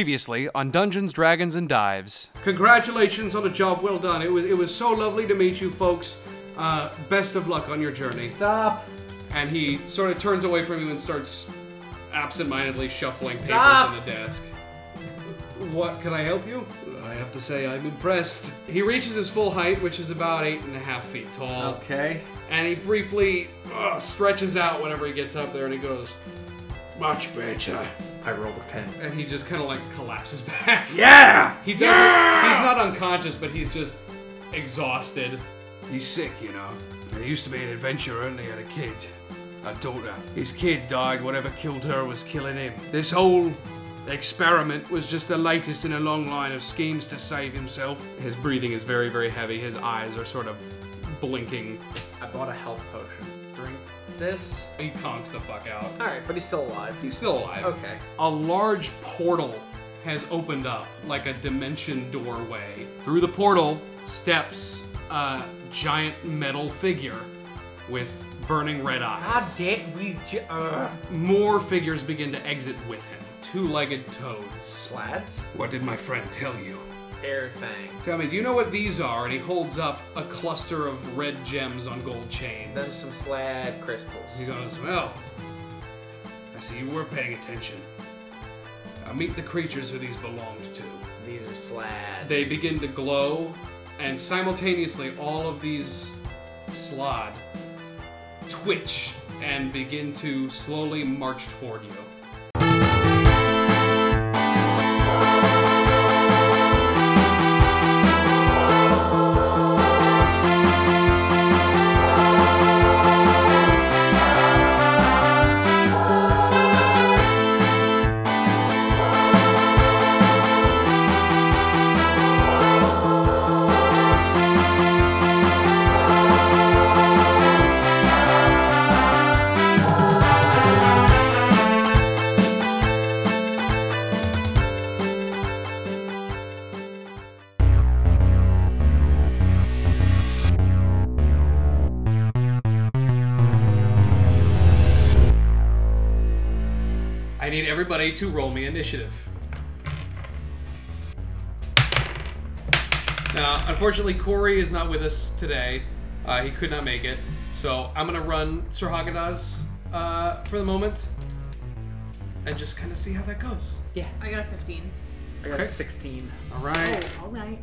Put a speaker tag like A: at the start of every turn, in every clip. A: Previously on Dungeons, Dragons, and Dives.
B: Congratulations on a job well done. It was it was so lovely to meet you folks. Uh, best of luck on your journey.
C: Stop!
B: And he sort of turns away from you and starts absentmindedly shuffling
C: Stop.
B: papers on the desk. What can I help you? I have to say I'm impressed. He reaches his full height, which is about eight and a half feet tall,
C: Okay.
B: and he briefly uh, stretches out whenever he gets up there, and he goes, "Much better."
C: I rolled a pen.
B: And he just kind of like collapses back.
C: Yeah!
B: He doesn't. He's not unconscious, but he's just exhausted. He's sick, you know. I used to be an adventurer and he had a kid, a daughter. His kid died. Whatever killed her was killing him. This whole experiment was just the latest in a long line of schemes to save himself. His breathing is very, very heavy. His eyes are sort of blinking.
C: I bought a health potion. Drink this.
B: He conks the fuck out.
C: Alright, but he's still alive.
B: He's still alive.
C: Okay.
B: a large portal has opened up, like a dimension doorway. Through the portal steps a giant metal figure with burning red eyes.
C: damn, we. J- uh.
B: More figures begin to exit with him. Two legged toads.
C: Slats?
B: What did my friend tell you?
C: Air fang.
B: Tell me, do you know what these are? And he holds up a cluster of red gems on gold chains.
C: Then some slad crystals.
B: He goes, Well, I see you were paying attention. Now meet the creatures who these belonged to.
C: These are slads.
B: They begin to glow, and simultaneously, all of these slod twitch and begin to slowly march toward you. I need everybody to roll me initiative. Now, unfortunately, Corey is not with us today. Uh, he could not make it. So I'm going to run Sir Hagadas uh, for the moment and just kind of see how that goes.
D: I got a 15.
C: I got
B: Okay.
C: 16.
B: All right.
D: all right.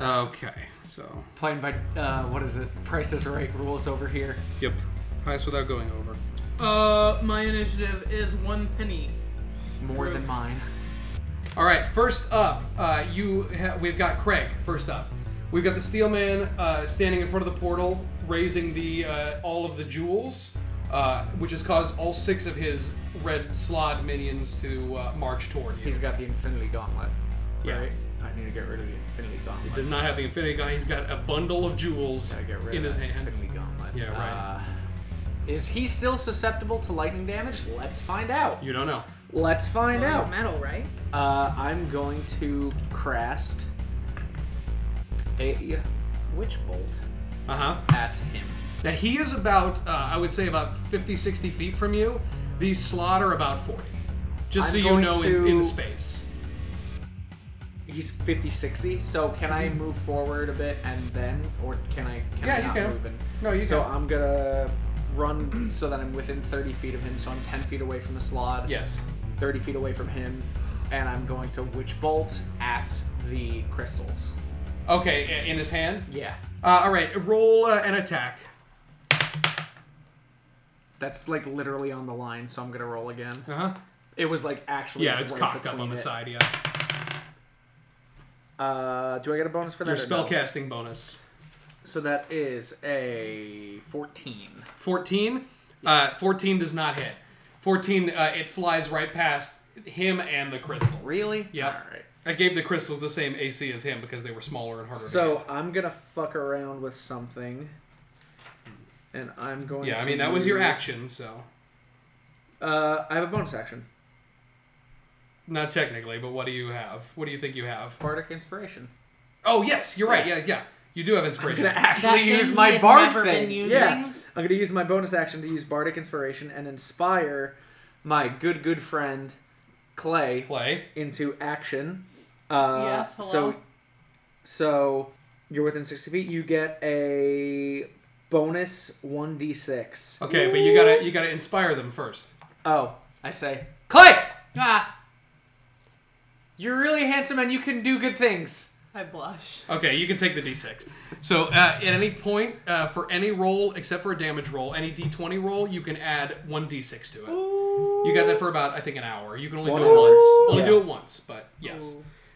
B: Okay. So
C: Playing by, uh, what is it? Price is Right rules over here.
B: Yep. Highest without going over.
D: Uh, my initiative is one penny.
C: More than mine.
B: All right. First up, uh, you ha- we've got Craig. First up, we've got the steel man uh, standing in front of the portal, raising the uh, all of the jewels, uh, which has caused all six of his red slot minions to uh, march toward you.
C: He's got the Infinity Gauntlet.
B: Yeah.
C: Right? I need to get rid of the Infinity Gauntlet.
B: does not have the infinity guy. He's got a bundle of jewels
C: Gotta get rid
B: in
C: of
B: his
C: that
B: hand.
C: Infinity Gauntlet.
B: Yeah, right.
C: Uh, is he still susceptible to lightning damage? Let's find out.
B: You don't know.
C: Let's find
D: Well,
C: out.
D: It's metal, right?
C: Uh, I'm going to crast a witch bolt
B: Uh huh.
C: at him.
B: Now he is about, uh, I would say, about 50, 60 feet from you. These slot are about 40. Just
C: I'm
B: so you
C: going
B: know
C: to-
B: in, in space.
C: He's 50 60, so can I move forward a bit and then, or can I?
B: Mm-hmm.
C: Can
B: Yeah,
C: I
B: you
C: not
B: can.
C: Move and,
B: No, you
C: so
B: can.
C: I'm gonna run so that I'm within 30 feet of him. So I'm 10 feet away from the slot.
B: Yes.
C: 30 feet away from him, and I'm going to witch bolt at the crystals.
B: Okay, i- in his hand.
C: Yeah,
B: Uh, all right, roll uh, an attack.
C: that's like literally on the line. So I'm gonna roll again.
B: Uh huh.
C: It was like actually
B: Yeah, it's
C: right
B: cocked up
C: between
B: on the
C: it.
B: side. Yeah.
C: Uh, do I get a bonus for that?
B: Your
C: or no?
B: spellcasting bonus.
C: So that is a 14.
B: 14. Uh, 14 does not hit. 14. Uh, it flies right past him and the crystals. Yep.
C: All right.
B: I gave the crystals the same AC as him because they were smaller and harder. to
C: So
B: hit.
C: I'm gonna fuck around with something, and I'm going.
B: yeah, I
C: to
B: mean that was your
C: use-
B: action, so
C: Uh, I have a bonus action,
B: not technically, but what do you have? What do you think you have?
C: bardic inspiration.
B: Oh yes, you're right. Yeah, yeah. You do have
C: I'm
B: inspiration.
C: gonna actually
D: thing
C: use
D: he
C: my
D: had
C: bard
D: never
C: thing.
D: been using?
C: Yeah, I'm gonna use my bonus action to use bardic inspiration and inspire my good good friend Clay,
B: Clay.
C: into action. Uh,
D: Yes, hello.
C: So, so you're within 60 feet. You get a bonus 1d6.
B: Okay, but you gotta you gotta inspire them first.
C: Oh, I say, Clay,
D: Ah,
C: you're really handsome and you can do good things.
D: I blush.
B: Okay, you can take the d6. So uh, at any point, uh, for any roll except for a damage roll, any d20 roll, you can add one d6 to it. You got that for about I think an hour. You can only
C: One
B: do it
C: hour.
B: once. Only
C: Yeah.
B: do it once, but yes.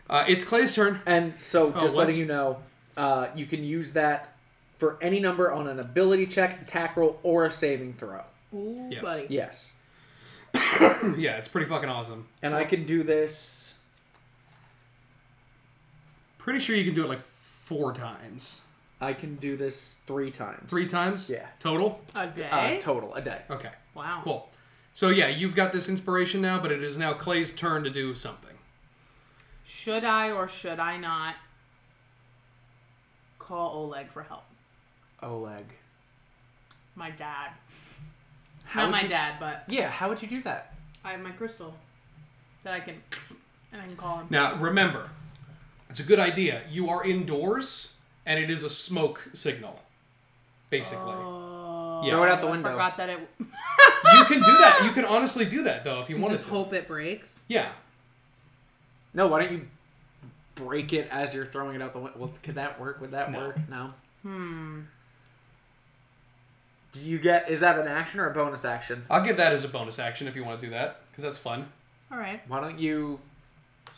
B: Uh, it's Clay's turn.
C: And so, just
B: Oh, what?
C: letting you know, uh, you can use that for any number on an ability check, attack roll, or a saving throw.
D: Ooh,
B: Yes.
D: buddy.
C: Yes.
B: yeah, it's pretty fucking awesome.
C: And I can do this.
B: Pretty sure you can do it like four times,
C: I can do this three times.
B: three times.
C: Yeah.
B: Total.
D: A day?
C: uh, total a day.
B: Okay.
D: wow.
B: Cool. So yeah, you've got this inspiration now, but it is now Clay's turn to do something.
D: Should I or should I not call Oleg for help?
C: Oleg.
D: My dad.
C: How
D: not
C: would
D: my
C: you-
D: dad, but
C: Yeah. How would you do that?
D: I have my crystal that I can and I can call him.
B: Now, remember, it's a good idea. You are indoors, and it is a smoke signal, basically.
D: Oh.
C: Throw it
B: yeah.
C: out the
D: I
C: window.
D: forgot that it.
B: you can do that. You can honestly do that, though, if you wanted
D: Just
B: to.
D: hope it breaks.
B: yeah.
C: No. Why don't you break it as you're throwing it out the window? Well, could that work? Would that
B: No.
C: work? No. Hmm. Do you get? Is that an action or a bonus action?
B: I'll give that as a bonus action if you want to do that, because that's fun.
D: All right.
C: Why don't you?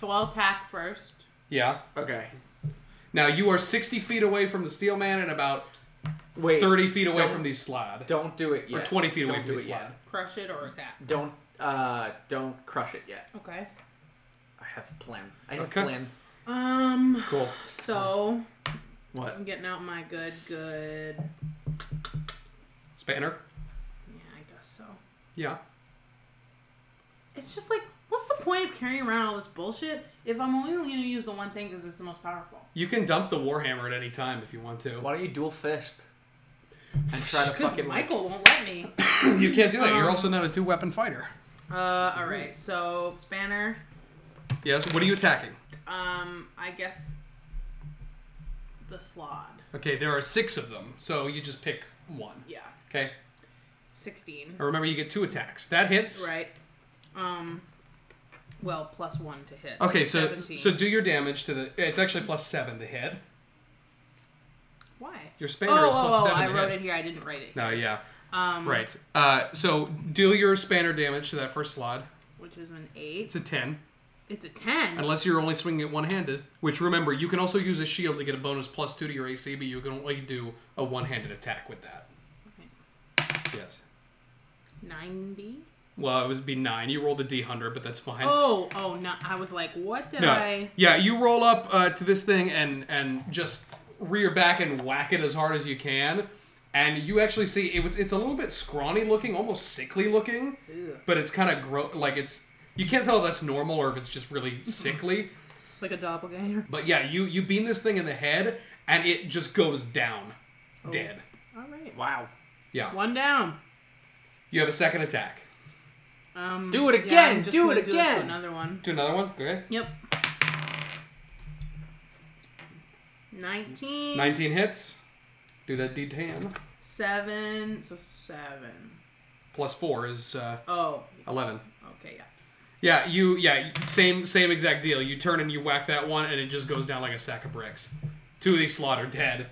D: So I'll attack first.
B: Yeah.
C: Okay.
B: Now, you are 60 feet away from the steel man and about
C: Wait.
B: 30 feet away
C: don't-
B: from the slide.
C: Don't do it yet.
B: Or 20 feet away
C: Don't
B: from
C: do
B: the
C: it yet.
B: slide.
D: Crush it or attack.
C: Don't. Uh. Don't crush it yet.
D: Okay.
C: I have a plan. I have
B: Okay.
C: a plan.
D: Um.
B: Cool.
D: So
C: What?
D: I'm getting out my good, good.
B: Spanner?
D: Yeah, I guess so.
B: Yeah.
D: It's just like, what's the point of carrying around all this bullshit if I'm only going to use the one thing because it's the most powerful?
B: You can dump the Warhammer at any time if you want to.
C: Why don't you dual fist? And try to
D: Because
C: fucking like,
D: Michael won't let me.
B: you can't do that. You're
D: Um,
B: also not a two weapon fighter.
D: Uh, all right. So Spanner,
B: Yes. What are you attacking?
D: um, I guess the slod.
B: Okay, there are six of them, so you just pick one.
D: Yeah,
B: Okay.
D: sixteen.
B: And remember, you get two attacks. That hits.
D: Right. Um. Well, plus one to hit.
B: Okay, so
D: 17.
B: so do your damage to the. It's actually plus seven to hit.
D: why?
B: Your spanner
D: Oh,
B: is
D: oh,
B: plus
D: oh,
B: seven
D: I
B: to
D: wrote
B: hit.
D: it here. I didn't write it.
B: No, yeah. Um, right. Uh, so deal your spanner damage to that first slot.
D: Which is an
B: It's
D: eight.
B: a ten,
D: It's a ten.
B: unless you're only swinging it one-handed. Which remember, you can also use a shield to get a bonus plus two to your AC, but you can only do a one-handed attack with that. Yes.
D: Ninety.
B: Well, it would be nine. You rolled a d hundred, but that's fine.
D: Oh, oh no! I was like, what did
B: No.
D: I?
B: Yeah, you roll up uh, to this thing and and just rear back and whack it as hard as you can, and you actually see it was it's a little bit scrawny looking, almost sickly looking, but it's kind of gross. Like it's you can't tell if that's normal or if it's just really sickly.
D: Like a doppelganger.
B: But yeah, you you beam this thing in the head and it just goes down, dead.
D: All right.
C: wow.
B: Yeah,
D: One down.
B: you have a second attack.
D: Um,
C: Do it
D: yeah,
C: again,
D: I'm just
C: do it
D: gonna to
C: again.
D: another one.
B: Do another one. Okay,
D: Yep. Nineteen.
B: nineteen hits. Do that d10
D: Seven. So seven.
B: plus four is uh,
D: Oh.
B: eleven.
D: Okay. Yeah.
B: Yeah, you yeah, same same exact deal. You turn and you whack that one and it just goes down like a sack of bricks. Two of these slaughter dead.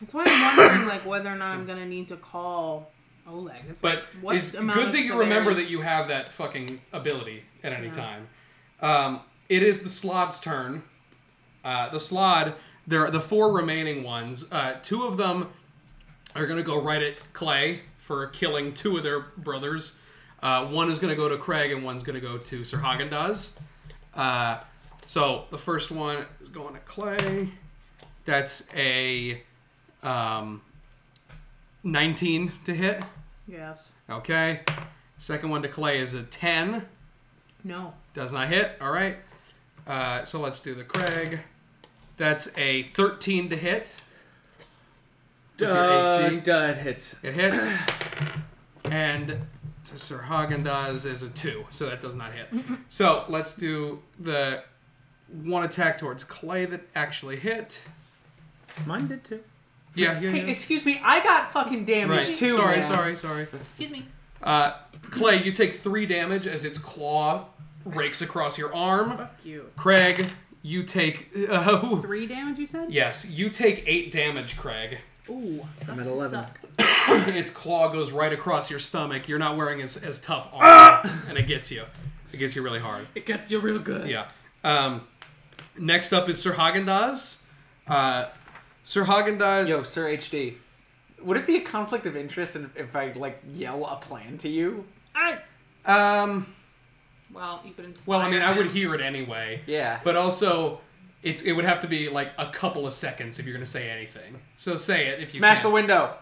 D: That's why I'm wondering, like, whether or not I'm gonna need to call Oleg. It's
B: But
D: like, what
B: it's
D: amount
B: good
D: of
B: that you remember
D: severity-
B: that you have that fucking ability at any time. Um, it is the slod's turn. Uh, the slod, there are the four remaining ones. Uh, two of them are gonna go right at Clay for killing two of their brothers. Uh, one is gonna go to Craig and one's gonna go to Sir Hagen Dazs. Uh, so the first one is going to Clay. That's a um, 19 to hit.
D: Yes.
B: Okay. Second one to Clay is a 10.
D: No.
B: Does not hit. All right. Uh, so let's do the Craig. That's a 13 to hit. What's your AC?
C: Dud hits.
B: It hits. And to Sir Hagen Dazs is a two, so that does not hit. so let's do the one attack towards Clay that actually hit.
C: Mine did too.
B: Yeah, yeah,
D: Hey,
B: yeah.
D: excuse me, I got fucking damaged
B: Right.
D: too.
B: sorry,
C: yeah.
B: sorry, sorry.
D: Excuse me.
B: Uh, Clay, you take three damage as its claw rakes across your arm.
D: Fuck you.
B: Craig, you take. Uh,
D: Three damage, you said?
B: yes, you take eight damage, Craig.
D: Ooh, sucks
C: I'm at
D: to
C: 11.
D: suck.
B: its claw goes right across your stomach. You're not wearing as, as tough armor, and it gets you. It gets you really hard.
D: It gets you real good.
B: Yeah. Um, next up is Sir Hagendaz. Uh, Sir Hagendaz.
C: Yo, Sir HD, would it be a conflict of interest if- if I like yell a plan to you?
D: Alright.
B: Um,
D: Well, you could inspire
B: well, I mean, I would
D: him.
B: hear it anyway.
C: Yeah.
B: But also, it's it would have to be like a couple of seconds if you're gonna say anything. So say it if you
C: Smash
B: can.
C: the window.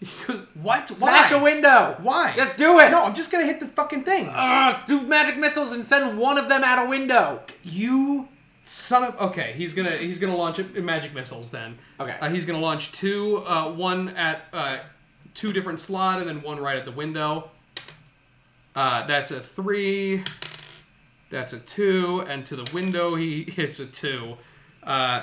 B: Because what?
C: Smash
B: Why?
C: the window.
B: Why?
C: Just do it. Oh,
B: No, I'm just gonna hit the fucking things.
C: Ugh, do magic missiles and send one of them out a window.
B: You son of okay. He's gonna he's gonna launch it- magic missiles then.
C: Okay.
B: Uh, he's gonna launch two, uh, one at uh, two different slot and then one right at the window. Uh, that's a three. That's a two, and to the window he hits a two. Uh,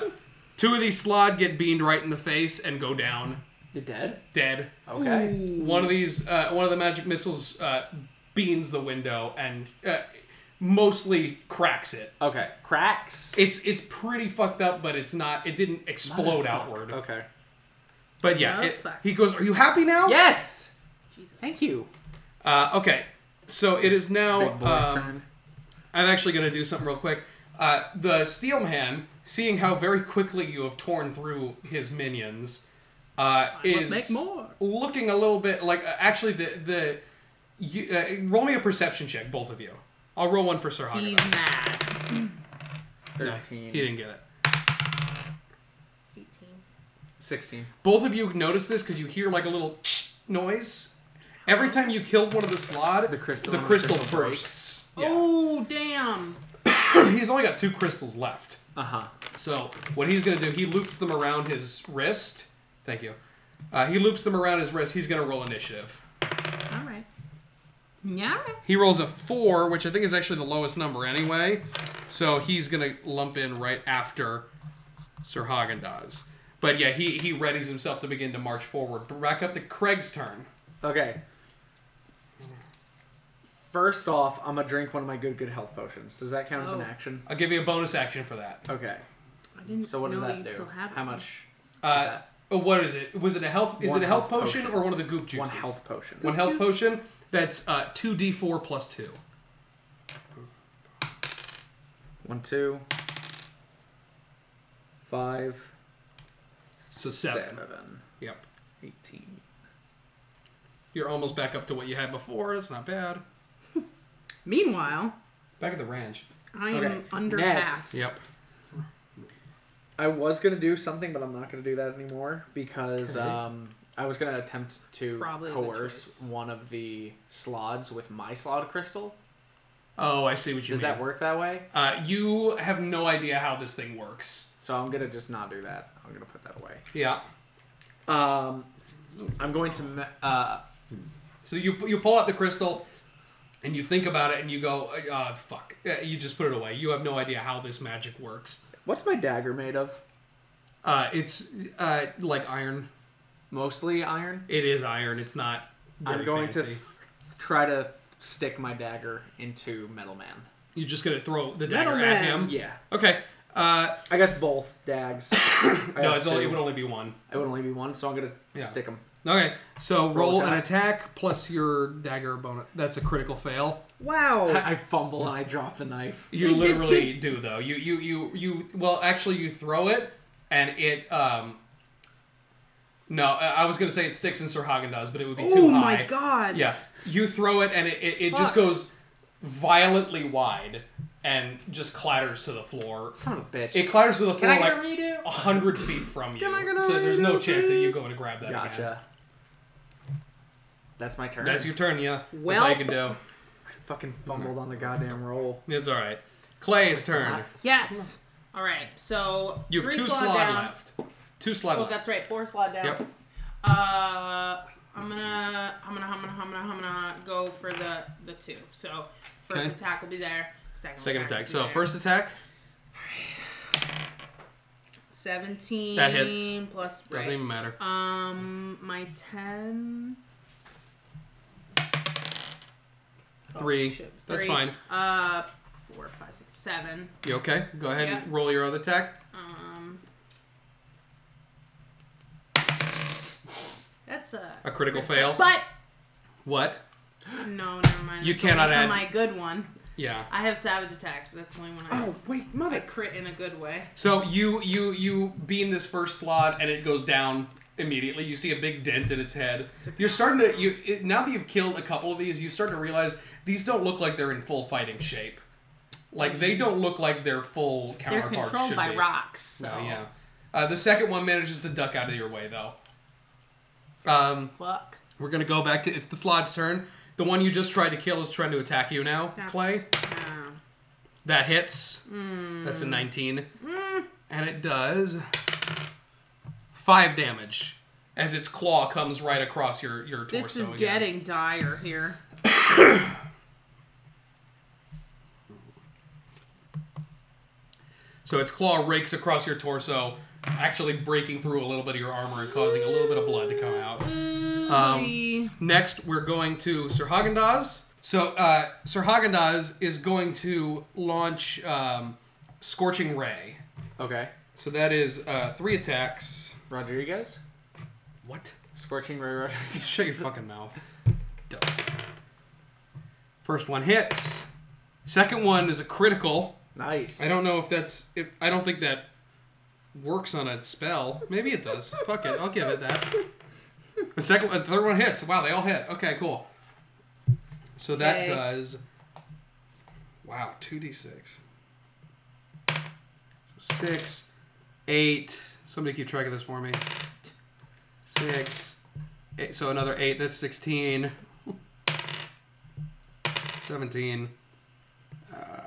B: two of these slot get beamed right in the face and go down
C: You're dead.
B: dead.
C: Okay.
B: One of these, uh, one of the magic missiles uh, beams the window and uh, mostly cracks it.
C: Okay. Cracks.
B: It's it's pretty fucked up, but it's not. It didn't explode
C: Motherfuck.
B: outward.
C: Okay.
B: But yeah, it-
D: Motherfuck.
B: he goes. Are you happy now?
C: Yes.
D: Jesus.
C: Thank you.
B: Uh, okay, so it is now.
C: Big boy's
B: um,
C: turn.
B: I'm actually gonna do something real quick. Uh, the steel man, seeing how very quickly you have torn through his minions, uh, is
D: make more.
B: looking a little bit like. Uh, actually, the the you, uh, roll me a perception check, both of you. I'll roll one for Sir
D: He's
B: Hagen.
D: mad.
C: Thirteen.
B: He didn't get it.
D: 18.
C: Sixteen.
B: Both of you notice this because you hear like a little noise. Every time you killed one of the slod,
C: The crystal-
B: the
C: the
B: crystal,
C: crystal
B: bursts. Yeah.
D: Oh, damn.
B: He's only got two crystals left.
C: Uh huh.
B: So what he's gonna do, he loops them around his wrist. Thank you. Uh, he loops them around his wrist. He's gonna roll initiative.
D: Alright. Yeah.
B: He rolls a four, which I think is actually the lowest number anyway. So he's gonna lump in right after Sir Hagen does. But yeah, he he readies himself to begin to march forward. But back up to Craig's turn.
C: Okay. First off, I'm gonna drink one of my good good health potions. Does that count as an
D: Oh.
C: action?
B: I'll give you a bonus action for that.
C: Okay.
D: I didn't
C: So what does
D: know
C: that
D: you
C: do?
D: still have
C: How
D: it.
C: much?
B: Uh, oh, what is it? Was it a health? Is
C: One
B: it a health,
C: health
B: potion,
C: potion.
B: or one of the goop juices?
C: One health potion.
B: One health potion. That's uh, two d four plus two.
C: One, two, five,
B: So seven.
C: seven,
B: Yep.
C: eighteen.
B: You're almost back up to what you had before. It's not bad.
D: Meanwhile,
B: Back at the ranch.
D: I am
C: Okay.
D: underpassed.
C: Next.
B: Yep.
C: I was gonna do something, but I'm not gonna do that anymore because um, I was gonna attempt to
D: Probably a good
C: coerce
D: choice.
C: one of the slods with my slod crystal.
B: Oh, I see what you
C: Does
B: mean.
C: that work that way?
B: Uh, you have no idea how this thing works.
C: So I'm gonna just not do that. I'm gonna put that away.
B: Yeah.
C: Um, I'm going to. Me- uh,
B: So you you pull out the crystal, and you think about it, and you go, uh, "Fuck!" Uh, You just put it away. You have no idea how this magic works.
C: what's my dagger made of?
B: Uh, it's uh, like iron.
C: Mostly iron.
B: It is iron. It's not.
C: I'm
B: very
C: going to
B: fancy.
C: th- try to stick my dagger into Metal Man.
B: You're just gonna throw the dagger
D: Metal
B: at
D: Man.
B: him.
C: Yeah,
B: Okay. Uh,
C: I guess both dags. I
B: no,
C: have
B: it's only,
C: two.
B: it would only be one.
C: It would only be one, so I'm gonna
B: Yeah.
C: stick them.
B: Okay. So roll,
C: Roll
B: an
C: attack.
B: attack plus your dagger bonus. That's a critical fail.
D: Wow.
C: I fumble and I drop the knife.
B: You literally do though. You you you you. Well, actually, you throw it, and it. um No, I I was gonna say it sticks in Sir Hagen does, but it would be too
D: oh
B: high.
D: my god.
B: Yeah, you throw it, and it it, it just
D: Fuck.
B: goes violently wide, and just clatters to the floor.
C: Son of a bitch.
B: It clatters to the floor
C: Can I get
B: like Oh,
C: a redo?
B: a hundred feet from you.
D: I get a
B: so there's no
D: redo,
B: chance that
D: please?
B: you go and grab that again.
C: Gotcha. That's my turn.
B: That's your turn, yeah. That's all
D: Well-
B: you can do.
C: I fucking fumbled on the goddamn roll.
B: It's all right. Clay's turn.
C: not.
D: Yes. All right. So
B: You have
D: three
B: two
D: slot
B: slot
D: down.
B: left. Two slot
D: Oh,
B: left.
D: that's right. Four slot down.
B: Yep.
D: Uh, I'm gonna, I'm gonna, I'm gonna, I'm gonna, I'm gonna go for the the two. So first
B: Okay.
D: attack will be there. Second,
B: Second
D: will
B: attack.
D: be
B: So
D: there.
B: first attack
D: seventeen
B: That hits.
D: plus
B: doesn't
D: right.
B: even matter.
D: um my ten.
B: Three.
D: oh, shit.
B: That's
D: Three.
B: fine.
D: Uh, four, five, six, seven.
B: You okay? Go ahead
D: Yeah.
B: and roll your other attack.
D: Um, that's a.
B: A critical fail.
D: But
B: What?
D: no, never mind.
B: You
D: That's
B: cannot
D: only for
B: add-
D: my good one.
B: Yeah.
D: I have savage attacks, but that's the only one I
C: Oh wait,
D: I
C: mother.
D: crit in a good way.
B: So you you you beam this first slot and it goes down immediately. You see a big dent in its head. You're starting to you it, now that you've killed a couple of these, you start to realize these don't look like they're in full fighting shape. Like they don't look like their full
D: They're
B: counterparts
D: controlled
B: should
D: by
B: be.
D: rocks. So.
B: No, yeah. Uh, the second one manages to duck out of your way though. Um,
D: Fuck.
B: we're gonna go back to it's the slot's turn. The one you just tried to kill is trying to attack you now,
D: That's,
B: Clay.
D: yeah.
B: That hits. That's
D: Hmm.
B: a 19. And it does 5 damage as its claw comes right across your, your torso.
D: this is
B: again.
D: getting dire here.
B: So its claw rakes across your torso, actually breaking through a little bit of your armor and causing a little bit of blood to come out.
D: Um,
B: Next, we're going to Sir Hagendaz. So uh, Sir Hagendaz is going to launch um, Scorching Ray.
C: Okay,
B: So that is uh, three attacks.
C: Rodriguez,
B: What?
C: scorching ray Rodriguez.
B: Shut your fucking mouth. Dumbass. First one hits. Second one is a critical.
C: Nice.
B: I don't know if that's if I don't think that works on a spell. Maybe it does. Fuck it, I'll give it that. The second, the third one hits. Wow, they all hit. Okay, cool. So that
D: Okay.
B: does. Wow, two d six. So six, eight. Somebody keep track of this for me. Six, eight. So another eight. That's sixteen. Seventeen. Uh,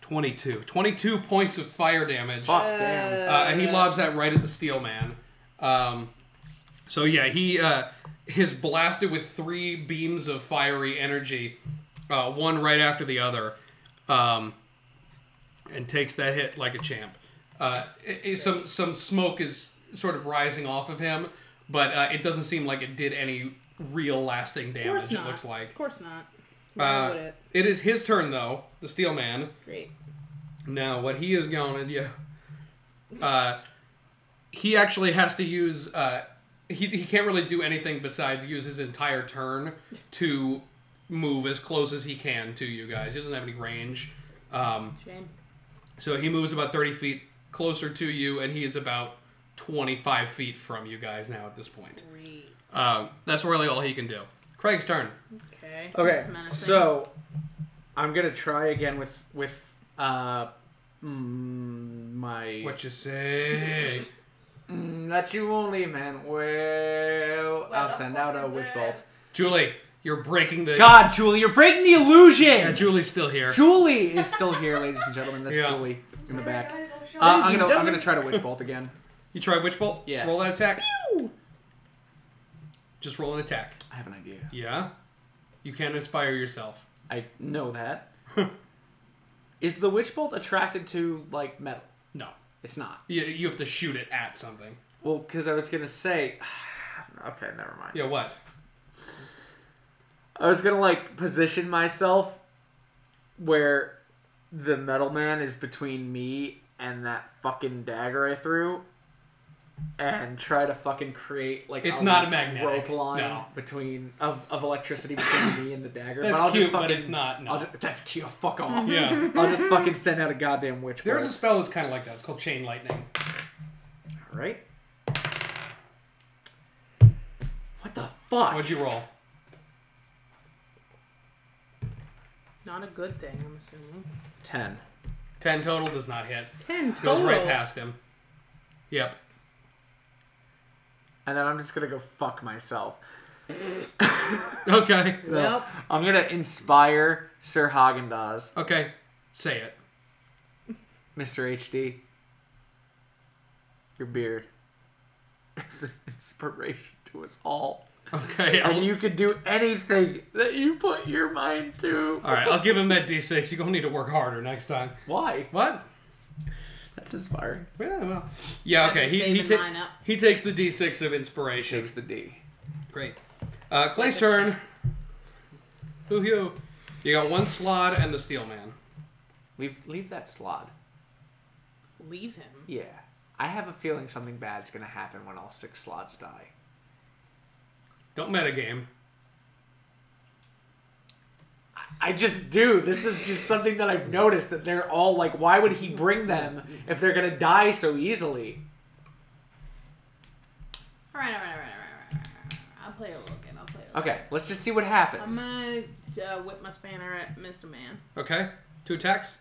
B: 22. 22 points of fire damage.
C: Fuck damn.
B: Uh, and he lobs that right at the steel man. Um, so yeah, he uh, is blasted with three beams of fiery energy, uh, one right after the other, um, and takes that hit like a champ. Uh, i- i- some some smoke is sort of rising off of him, but uh, it doesn't seem like it did any real lasting
D: of course
B: damage. It
D: not.
B: looks like
D: Of course
C: Uh,
D: not. Why would
B: uh,
D: it?
B: it is his turn though. The steel man.
D: Great.
B: Now, what he is going to do, uh, he actually has to use. Uh, he, he can't really do anything besides use his entire turn to move as close as he can to you guys. He doesn't have any range. Um,
D: Shame.
B: so he moves about 30 feet closer to you, and he is about 25 feet from you guys now at this point.
D: Great.
B: Um, that's really all he can do. Craig's turn.
D: Okay.
C: Okay,
D: that's menacing.
C: so I'm gonna try again with with uh mm, my.
B: What you say?
C: Mm, that you only, man. Well, I'll
D: of
C: send
D: course
C: out a
D: you
C: witch
D: will.
C: bolt.
B: Julie, you're breaking the.
C: God, Julie, you're breaking the illusion.
B: Yeah, Julie's still here.
C: Julie is still here, ladies and gentlemen. That's
B: Yeah.
C: Julie in the back. Uh,
E: Guys, I'm sure
C: I'm gonna I'm gonna try to witch bolt again.
B: You try Witch Bolt?
C: Yeah.
B: Roll that attack.
D: Pew!
B: Just roll an attack.
C: I have an idea.
B: Yeah. You can inspire yourself.
C: I know that. is the witch bolt attracted to like metal?
B: No.
C: It's not.
B: You, you have to shoot it at something.
C: Well, because I was gonna say. okay, never mind.
B: Yeah, what?
C: I was gonna like position myself where the metal man is between me and that fucking dagger I threw, and try to fucking create like
B: It's not a magnetic,
C: rope line
B: no.
C: between of, of electricity between me and the dagger.
B: That's
C: but I'll
B: cute,
C: just fucking,
B: but it's not. No.
C: I'll ju- that's cute. Fuck off.
B: yeah.
C: I'll just fucking send out a goddamn witch
B: There's a
C: bolt.
B: spell that's kind of like that. It's called Chain Lightning.
C: Right? What the fuck?
B: What'd you roll?
D: Not a good thing, I'm assuming.
C: Ten.
B: 10 total does not hit.
D: Ten total.
B: Goes right past him. Yep.
C: And then I'm just gonna go fuck myself.
B: Okay.
D: Well,
C: I'm gonna inspire Sir Hagen Dazs,
B: Okay. Say it.
C: Mr. HD. Your beard is an inspiration to us all.
B: Okay. I'll,
C: and you could do anything that you put your mind to.
B: all right. I'll give him that D6. You're gonna need to work harder next time.
C: Why?
B: What?
C: That's inspiring.
B: Yeah. Well. Yeah. Okay. He he,
D: Saving
B: ta-
D: mine up.
B: he takes the D6 of inspiration.
C: Takes the D.
B: Great. Uh, Clay's turn. Hoo hoo. You got one slot and the steel man.
C: Leave leave that slot.
D: Leave him.
C: Yeah. I have a feeling something bad's gonna happen when all six slots die.
B: Don't metagame.
C: I just do. This is just something that I've noticed that they're all like, why would he bring them if they're gonna die so easily?
D: All right, all right, all right, all right, all right, all right. I'll play a little game. I'll play a little.
C: Okay, let's just see what
D: I'm
C: happens.
D: gonna uh, whip my spanner at Mr. Man.
B: Okay. Two attacks.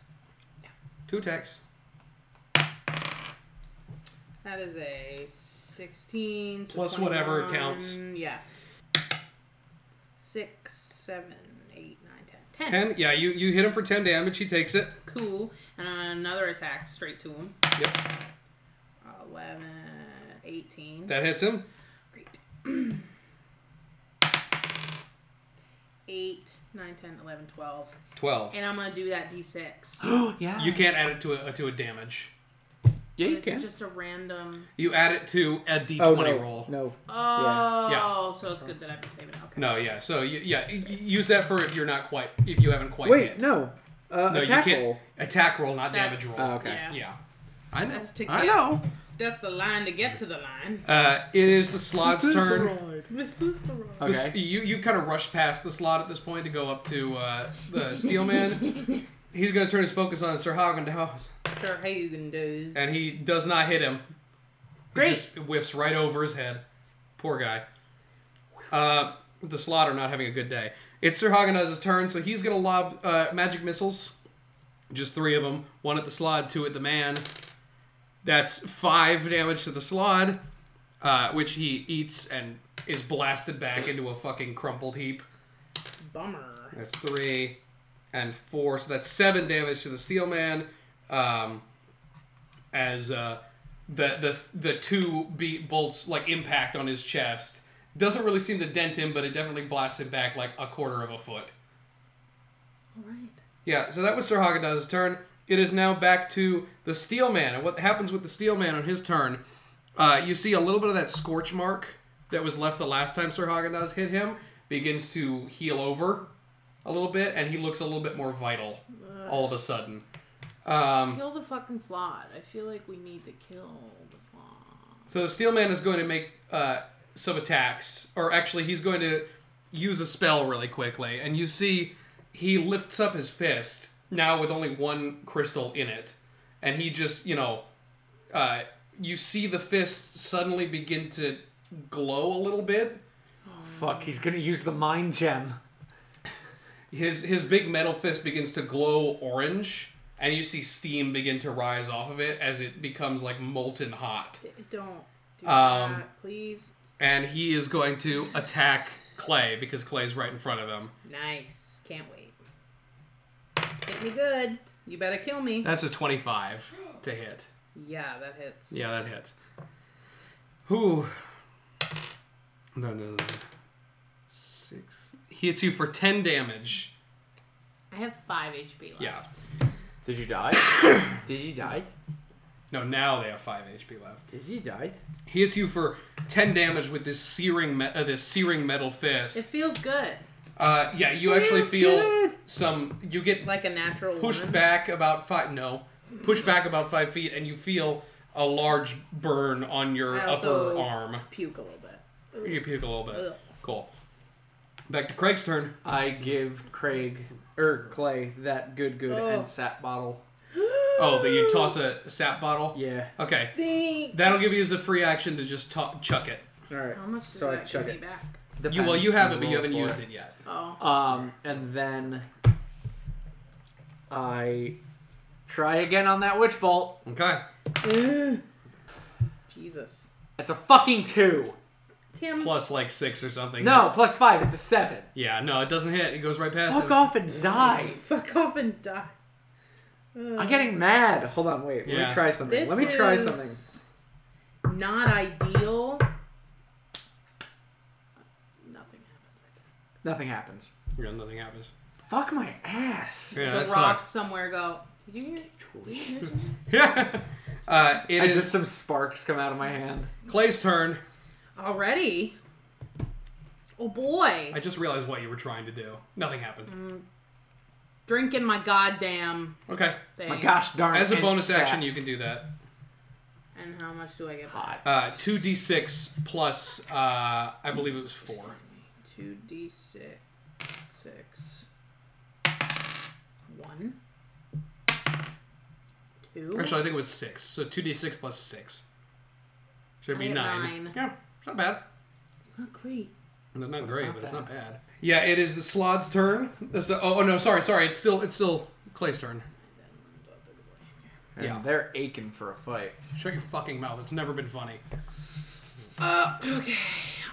B: Two attacks.
D: That is a 16. So
B: Plus whatever
D: 21.
B: counts.
D: Yeah. 6, seven, eight, nine, 10. 10.
B: Ten. Yeah. You you hit him for ten damage. He takes it.
D: Cool. And then another attack straight to him.
B: Yep.
D: 11, 18.
B: That hits him.
D: Great. 8, 9, 10, 11, 12.
B: Twelve.
D: And I'm going to do that d6.
C: yeah.
B: You can't add it to a to a damage.
C: Yeah, you
D: it's
C: can.
D: just a random.
B: You add it to a d20 roll.
C: No.
D: Oh,
B: Yeah.
D: so it's good that I've been saving it. Okay.
B: No, yeah. So you, yeah, y- y- use that for if you're not quite if you haven't quite
C: Wait,
B: hit.
C: no. Uh,
B: no,
C: attack
B: you can't
C: roll.
B: attack roll, not
D: That's-
B: damage roll.
C: Oh, okay.
D: yeah.
B: yeah. I know.
D: That's to
B: I
D: get.
B: know.
D: That's the line to get to the line.
B: Uh, it is the slot's turn.
D: This is the wrong.
B: The s-
C: Okay.
B: you you kind of rush past the slot at this point to go up to uh, the steel man. He's gonna turn his focus on Sir Hagen to house,
D: Sure, Hagen does.
B: and he does not hit him.
D: Great.
B: Just whiffs right over his head. Poor guy. Uh, the slaughter not having a good day. It's Sir Hagenaz's turn, so he's gonna lob uh, magic missiles. Just three of them. One at the slod, two at the man. That's five damage to the slod, uh, which he eats and is blasted back into a fucking crumpled heap.
D: Bummer.
B: That's three and four, so that's seven damage to the steel man. Um, as uh, the the the two beat bolts like impact on his chest doesn't really seem to dent him, but it definitely blasts him back like a quarter of a foot.
D: All right.
B: Yeah, so that was Sir Haagen-Dazs' turn. It is now back to the Steel Man, and what happens with the Steel Man on his turn? Uh, you see a little bit of that scorch mark that was left the last time Sir Haagen-Dazs hit him begins to heal over a little bit, and he looks a little bit more vital all of a sudden. Um,
D: Kill the fucking slot. I feel like we need to kill the slot.
B: so the Steel Man is going to make uh, some attacks, or actually, he's going to use a spell really quickly, and you see he lifts up his fist now with only one crystal in it, and he just you know, uh, you see the fist suddenly begin to glow a little bit.
C: Fuck, he's gonna use the mind gem.
B: His his big metal fist begins to glow orange, and you see steam begin to rise off of it as it becomes like molten hot.
D: D- Don't do
B: Um,
D: that, please.
B: and he is going to attack Clay because Clay's right in front of him.
D: Nice. Can't wait. Hit me good. You better kill me.
B: That's a 25 to hit.
D: Yeah, that hits.
B: Yeah, that hits. Who? No, no, no. Six. He hits you for 10 damage.
D: I have five HP left.
B: Yeah.
C: Did you die? Did he die?
B: No, now they have 5 HP left.
C: Did he die?
B: He hits you for 10 damage with this searing, me- uh, this searing metal
D: It
B: fist.
D: feels good.
B: Uh, yeah, you actually
C: Feels
B: feel
C: good.
B: some. You get
D: Like a natural
B: pushed
D: one.
B: back about five no push back about five feet and you feel a large burn on your
D: I
B: upper
D: also-
B: arm
D: Puke a little bit.
B: you puke a little bit
D: Ugh.
B: cool back to craig's turn
C: I give Craig er Clay that good good
D: Oh.
C: and sap bottle.
B: oh that you toss a sap bottle
C: Yeah.
B: okay
D: Thanks.
B: that'll give you as a free action to just to- chuck it
C: All right.
D: How much does
C: so I
D: that
C: chuck
D: give
C: it.
D: me back?
B: you, well
C: Depends
B: you have
C: on
B: it
C: the
B: but you
C: roll
B: haven't used
C: for
B: it yet
D: Oh.
C: Um, and then I try again on that witch bolt.
B: okay
D: Jesus.
C: That's a fucking two.
D: Tim.
B: plus like six or something
C: No, plus five. It's a seven.
B: yeah no it doesn't hit it goes right past
C: Fuck
B: him.
C: off and die.
D: Fuck off and die. Ugh.
C: I'm getting mad. Hold on, wait. Let
B: Yeah.
C: me try something.
D: This
C: Let me try
D: is
C: something.
D: Not ideal.
C: Nothing happens.
B: Yeah, nothing happens.
C: Fuck my ass.
B: Yeah,
D: the
B: that
D: rocks
B: sucks.
D: somewhere go. Did you hear? Did you hear something?"
B: Yeah. Uh, it
C: And
B: is
C: just some sparks come out of my hand.
B: Clay's turn.
D: Already. Oh boy,
B: I just realized what you were trying to do. Nothing happened.
D: Mm. drinking my goddamn
B: Okay.
D: thing.
C: My gosh darn.
B: As a
C: ink
B: bonus
C: sack.
B: action, you can do that.
D: And how much do I get?
C: Hot.
B: Uh, 2d6 plus, uh, I believe it was 4.
D: Two d six, six, one, two.
B: Actually, I think it was 6. So 2d6 plus 6. Should be
D: I get
B: 9.
D: nine.
B: Yeah, it's not bad.
D: Not great.
B: Not, not great,
C: not
B: but it's
C: bad.
B: not bad. Yeah, it is the slod's turn. That's the- oh, oh, no, sorry, sorry. It's still it's still Clay's turn.
C: And
B: Yeah.
C: They're aching for a fight.
B: Shut your fucking mouth. It's never been funny.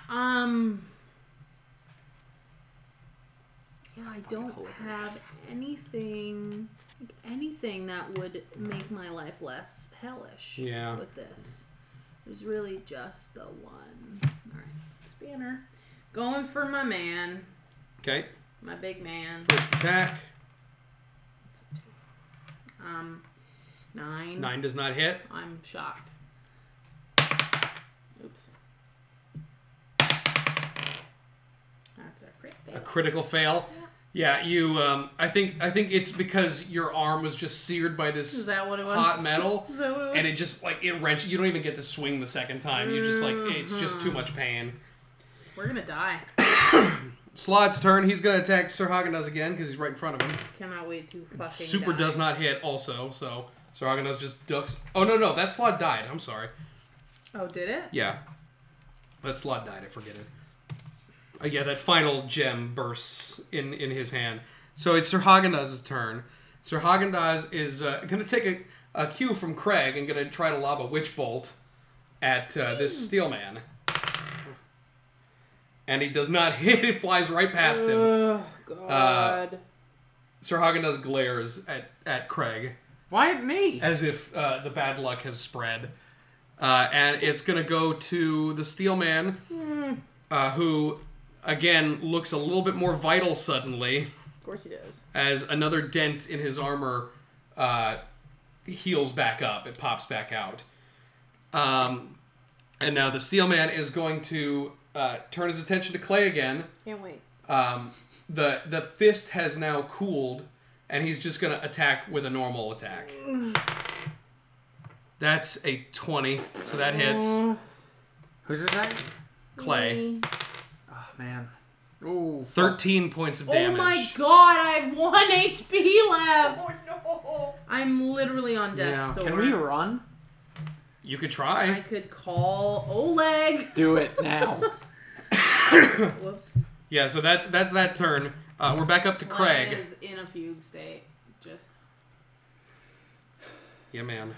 D: Um. Yeah, I don't have
C: hilarious.
D: anything, like, anything that would make my life less hellish.
B: Yeah.
D: With this, there's really just the one. All right, spanner, going for my man,
B: Okay,
D: my big man.
B: first attack.
D: Um, nine.
B: Nine does not hit.
D: I'm shocked. Oops. That's a crit
B: A
D: fail.
B: critical fail. Yeah, you. Um, I think. I think it's because your arm was just seared by this
D: Is that what it was?
B: hot metal,
D: Is that what it was?
B: and it just like it wrenched. You don't even get to swing the second time. You just like it's just
D: Mm-hmm.
B: too much pain.
D: We're gonna die.
B: Slod's turn. He's gonna attack Sir Hagenaz again because he's right in front of him.
D: Cannot wait to fucking.
B: Super
D: die.
B: does not hit. Also, so Sir Hagenaz just ducks. Oh no, no, that slot died. I'm sorry.
D: Oh, did it?
B: Yeah. That slot died, I forget it. Uh, yeah, that final gem bursts in, in his hand. So it's Sir Hagendaz's turn. Sir Hagendaz is uh, going to take a, a cue from Craig and going to try to lob a witch bolt at uh, this steel man. And he does not hit, it flies right past him.
D: Oh
B: Uh,
D: God.
B: Sir Hagendaz glares at, at Craig
C: Why me?
B: as if uh, the bad luck has spread. Uh, and it's going to go to the steel man, uh, who, again, looks a little bit more vital suddenly
D: of course he does.
B: as another dent in his armor uh, heals back up. It pops back out. Um, and now the steel man is going to uh, turn his attention to Clay again.
D: Can't wait.
B: Um, the, the fist has now cooled, and he's just going to attack with a normal attack. That's a 20, so that hits
C: Who's that?
B: Clay.
C: Oh man. Ooh. fuck.
B: 13 points of
D: Oh
B: damage.
D: my God! I have one HP left. I'm literally on death's door.
C: Can we run?
B: You could
D: I
B: try.
D: could call Oleg.
C: Do it now.
D: Whoops.
B: Yeah, so that's that's that turn. Uh, we're back up to
D: Oleg
B: Craig.
D: is in a fugue state. Just
B: Yeah, man.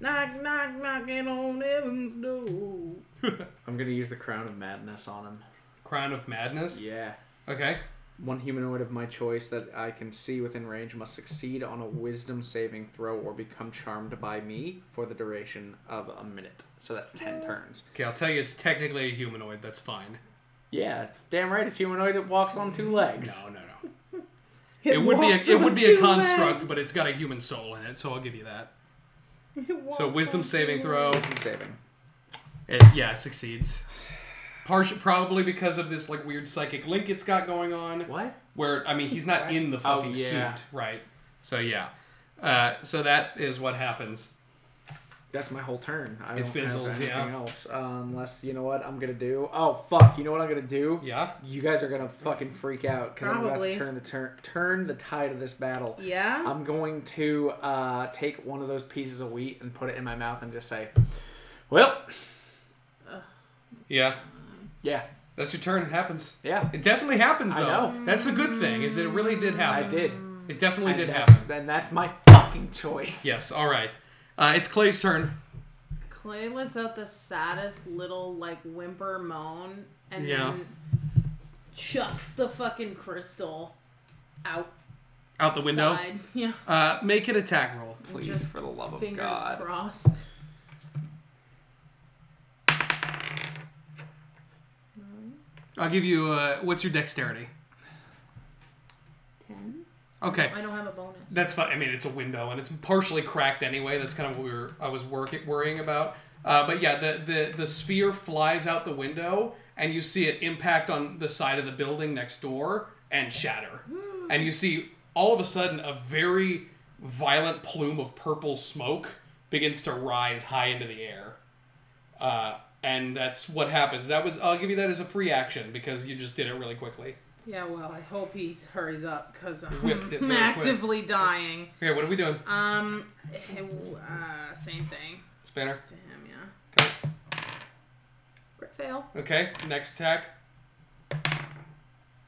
D: knock, knock, knocking on Evan's door.
C: I'm gonna use the crown of madness on him.
B: Crown of Madness.
C: Yeah.
B: Okay.
C: One humanoid of my choice that I can see within range must succeed on a wisdom saving throw or become charmed by me for the duration of a minute. So that's 10 turns.
B: Okay, I'll tell you it's technically a humanoid. That's fine.
C: Yeah, it's damn right it's humanoid. It walks on two legs.
B: No, no, no. It, would be a,
D: walks
B: it would
D: on
B: be a
D: two
B: construct,
D: legs.
B: but it's got a human soul in it, so I'll give you that.
D: It walks
B: So wisdom
D: on
B: saving
D: two
B: throw.
C: Wisdom saving.
B: It, yeah, it succeeds. Partial, probably because of this like weird psychic link it's got going on.
C: What?
B: Where I mean, he's not in the
C: Oh,
B: fucking
C: yeah.
B: suit, right? So yeah, uh, so that is what happens.
C: That's my whole turn. I don't
B: fizzles,
C: have anything
B: yeah.
C: else. Uh, unless, you know what I'm gonna do? Oh, fuck. You know what I'm gonna do?
B: Yeah.
C: You guys are gonna fucking freak out because I'm about
D: Probably.
C: to turn the, turn turn the tide of this battle.
D: Yeah.
C: I'm going to uh, take one of those pieces of wheat and put it in my mouth and just say, "Well,
B: Yeah.
C: yeah,
B: That's your turn. It happens.
C: yeah,
B: It definitely happens
C: I
B: though.
C: know.
B: That's a good thing. Is it really did
C: I
B: happen?
C: did."
B: It definitely
C: And
B: did
C: that's,
B: happen.
C: And that's my fucking choice.
B: Yes. All right. Uh, it's Clay's turn.
D: Clay lets out the saddest little like whimper moan and
B: Yeah.
D: then chucks the fucking crystal out
B: Out the window.
D: side. Yeah.
B: Uh, make an attack roll.
C: Please,
D: Just
C: for the love
B: Oh,
C: of
D: Fingers
C: God.
D: crossed.
B: I'll give you. Uh, what's your dexterity?
D: Ten.
B: Okay,
D: I don't have a bonus.
B: that's fine. I mean, it's a window and it's partially cracked anyway. That's kind of what we were. I was working worrying about. Uh, but yeah, the, the the sphere flies out the window and you see it impact on the side of the building next door and shatter. And you see all of a sudden a very violent plume of purple smoke begins to rise high into the air. Uh, and that's what happens. That was I'll give you that as a free action because you just did it really quickly.
D: Yeah, well, I hope he hurries up because
B: Whipped it
D: I'm
B: very quick.
D: actively dying.
B: Okay, what are we doing?
D: Um, eh, uh, same thing
B: Spanner.
D: to him, yeah.
B: Okay.
D: Crit fail.
B: Okay, next attack.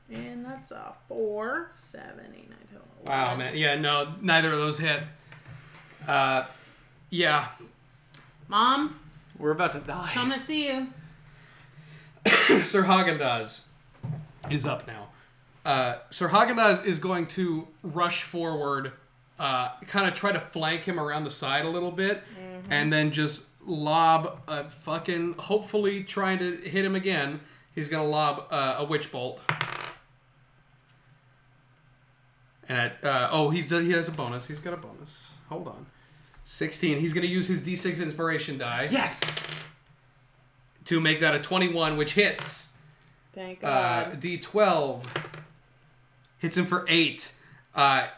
D: And that's a four, seven, eight, nine, ten.
B: Wow, man. Yeah, no, neither of those hit. Uh, yeah.
D: Mom,
C: We're about to
D: come
C: die.
D: to see you.
B: Sir Haagen-Dazs is up now. Uh, Sir Haagen-Dazs is going to rush forward, uh, kind of try to flank him around the side a little bit, and then just lob a fucking, hopefully trying to hit him again. He's going to lob uh, a witch bolt. And uh, oh, he's he has a bonus. He's got a bonus. Hold on, sixteen. He's gonna use his D6 inspiration die
C: Yes.
B: to make that a twenty-one, which hits.
D: Thank
B: Uh,
D: God.
B: D12 hits him for eight. Uh,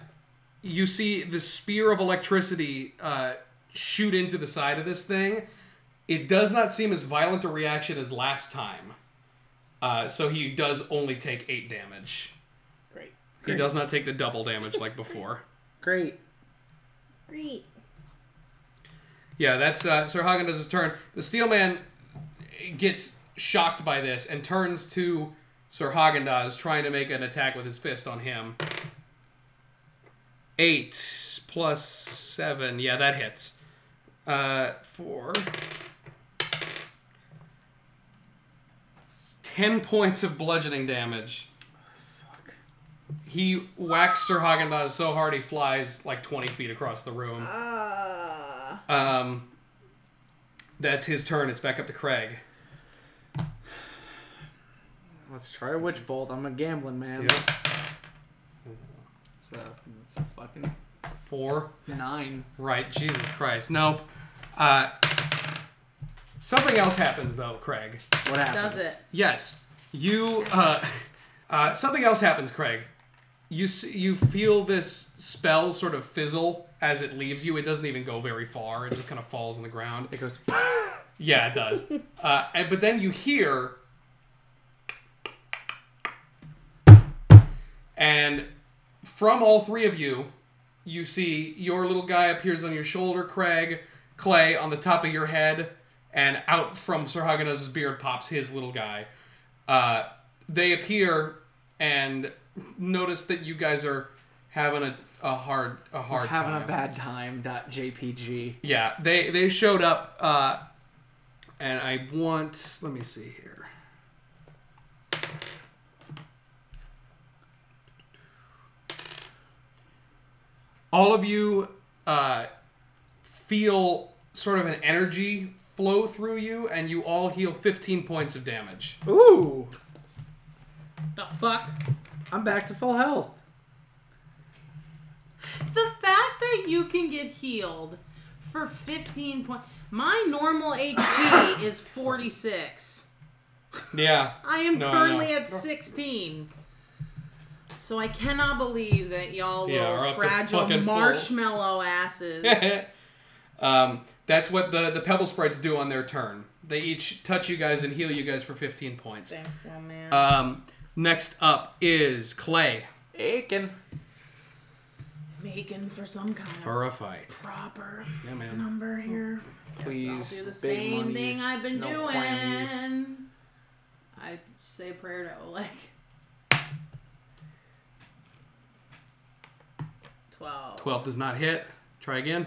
B: you see the spear of electricity uh, shoot into the side of this thing. It does not seem as violent a reaction as last time. Uh, so he does only take eight damage.
D: Great.
B: He does not take the double damage like before.
C: Great.
D: Great.
B: Yeah, that's uh, Sir Hagen does his turn. The Steelman gets shocked by this and turns to Sir Hagen does, trying to make an attack with his fist on him. Eight plus seven. Yeah, that hits. Uh, four. Ten points of bludgeoning damage. He whacks Sir Hagen does so hard he flies like 20 feet across the room.
D: Uh,
B: Um, that's his turn. It's back up to Craig.
C: Let's try a witch bolt. I'm a gambling man. It's, a, it's a fucking
B: Four.
C: nine.
B: Right. Jesus Christ. Nope. Uh, something else happens though, Craig.
C: What happens?
D: does it?
B: Yes. You. Uh, uh, something else happens, Craig. You see, you feel this spell sort of fizzle as it leaves you. It doesn't even go very far. It just kind of falls on the ground.
C: It goes.
B: Yeah, it does. uh, and, but then you hear, and from all three of you, you see your little guy appears on your shoulder, Craig, Clay on the top of your head, and out from Sir Hagenaz's beard pops his little guy. Uh, they appear and notice that you guys are having a, a hard a hard
C: having
B: time.
C: a bad time. Dot jpg.
B: Yeah, they they showed up, uh, and I want. Let me see here. All of you uh, feel sort of an energy flow through you, and you all heal 15 points of damage.
C: Ooh,
D: The fuck?
C: I'm back to full health.
D: The fact that you can get healed for 15 points. My normal HP is 46.
B: Yeah.
D: I am
B: No,
D: currently
B: no.
D: at 16. So I cannot believe that y'all
B: Yeah, we're
D: little
B: up to
D: fragile
B: fucking full.
D: marshmallow asses.
B: um, that's what the, the pebble sprites do on their turn. They each touch you guys and heal you guys for 15 points.
D: Thanks, little man.
B: Um, next up is Clay
C: Aiken.
D: Making for some kind of
B: for a fight.
D: proper
B: Yeah, man.
D: number here.
C: Please,
D: I'll do the
C: big
D: same
C: monies,
D: thing I've been
C: no
D: doing.
C: whammies.
D: I say a prayer to Oleg. Twelve.
B: 12 does not hit. Try again.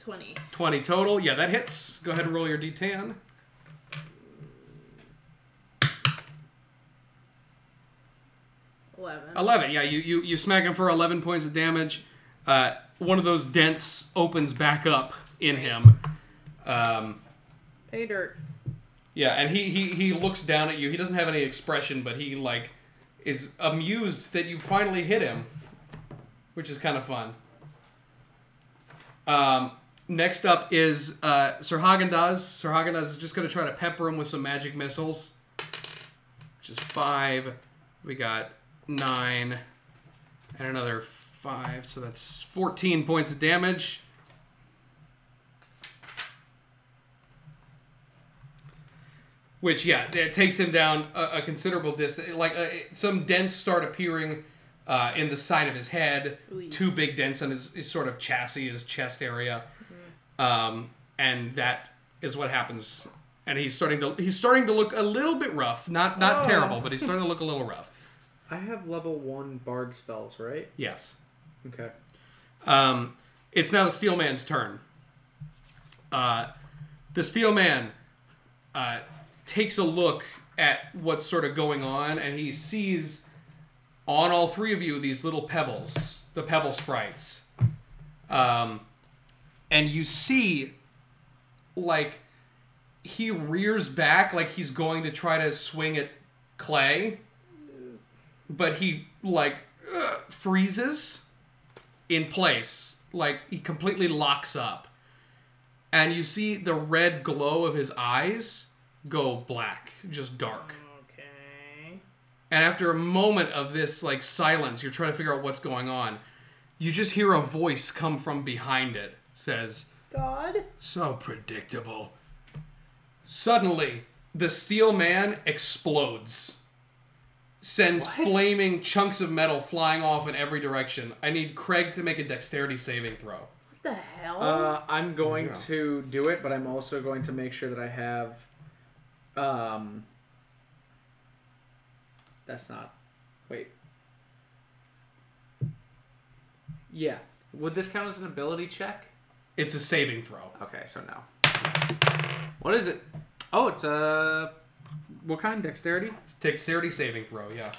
D: Twenty.
B: 20 total. Yeah, that hits. Go ahead and roll your d10.
D: Eleven.
B: 11. Yeah, you, you, you smack him for 11 points of damage. Uh, one of those dents opens back up in him. Um,
D: Pay dirt.
B: Yeah, and he, he he looks down at you. He doesn't have any expression, but he like is amused that you finally hit him, which is kind of fun. Um, next up is uh, Sir Haagen-Dazs. Sir Haagen-Dazs is just going to try to pepper him with some magic missiles, which is five. We got nine and another five, so that's 14 points of damage. Which, yeah, it takes him down a, a considerable distance. Like, uh, it- some dents start appearing uh, in the side of his head.
D: Ooh.
B: Two big dents on his, his sort of chassis, his chest area. Um, and that is what happens. And he's starting to he's starting to look a little bit rough. Not not terrible, but he's starting to look a little rough.
C: I have level one bard spells, right?
B: Yes.
C: Okay.
B: Um, it's now the Steel Man's turn. Uh, the Steel Man uh, takes a look at what's sort of going on, and he sees on all three of you these little pebbles, the pebble sprites. Um, and you see, like, he rears back like he's going to try to swing at Clay, but he, like, uh, freezes in place. Like he completely locks up. And you see the red glow of his eyes go black, just dark.
D: Okay.
B: And after a moment of this like silence, you're trying to figure out what's going on. You just hear a voice come from behind it says,
D: God.
B: "So predictable." Suddenly, the steel man explodes. Sends flaming chunks of metal flying off in every direction. I need Craig to make a dexterity saving throw.
D: What the hell?
C: Uh,
B: Oh,
C: I'm going to do it, but I'm also going to make sure that I have. Um. That's not. Wait. Yeah. Would this count as an ability check?
B: It's a saving throw.
C: Okay, so no. What is it? Oh, it's Uh, what kind? Dexterity?
B: It's dexterity saving throw, yeah.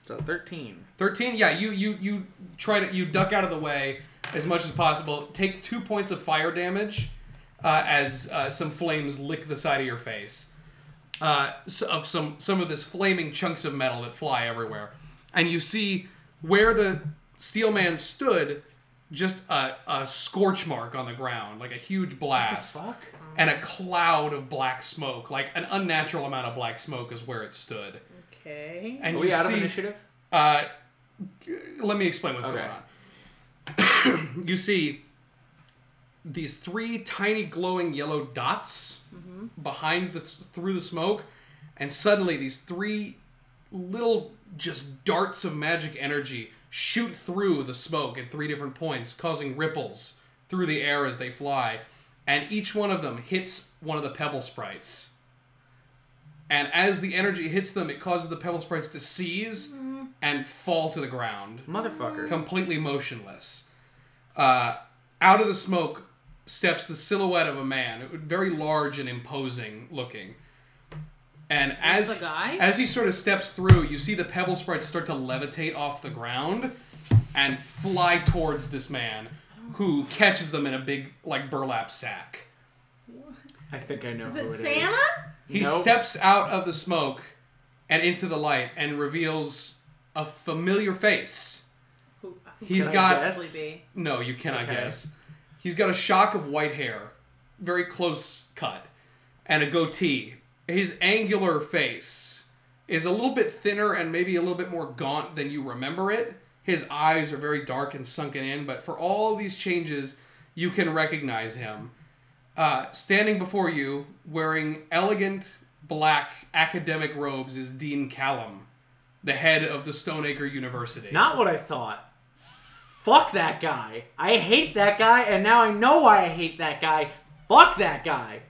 C: It's a 13.
B: 13, yeah, you you you try to you duck out of the way as much as possible. Take 2 points of fire damage uh, as uh, some flames lick the side of your face. Uh, s- of some some of this flaming chunks of metal that fly everywhere. And you see where the steel man stood just a, a scorch mark on the ground, like a huge blast.
C: Fuck.
B: And a cloud of black smoke, like an unnatural amount of black smoke, is where it stood.
D: okay.
B: And
C: Are
B: you
C: we Oh, out
B: see,
C: of initiative?
B: uh, let me explain what's going
C: Okay.
B: on. you see these three tiny glowing yellow dots behind the through the smoke, and suddenly these three little just darts of magic energy shoot through the smoke at three different points, causing ripples through the air as they fly. And each one of them hits one of the pebble sprites. And as the energy hits them, it causes the pebble sprites to seize and fall to the ground,
C: Motherfucker.
B: completely motionless. Uh, out of the smoke steps the silhouette of a man, very large and imposing looking. And as
D: the guy?
B: as he sort of steps through, you see the pebble sprites start to levitate off the ground and fly towards this man, who catches them in a big like burlap sack.
C: I think I know
D: Is
C: who
D: it
C: it is.
D: Santa?
B: He
C: Nope.
B: steps out of the smoke and into the light and reveals a familiar face.
D: Who, who
B: He's
C: Can I
B: got
C: guess?
D: possibly be?
B: no, you cannot
C: Okay.
B: guess. He's got a shock of white hair, very close cut, and a goatee. His angular face is a little bit thinner and maybe a little bit more gaunt than you remember it. His eyes are very dark and sunken in, but for all these changes, you can recognize him. Uh, standing before you, wearing elegant black academic robes, is Dean Callum, the head of the Stoneacre University.
C: Not what I thought. Fuck that guy. I hate that guy, and now I know why I hate that guy. Fuck that guy.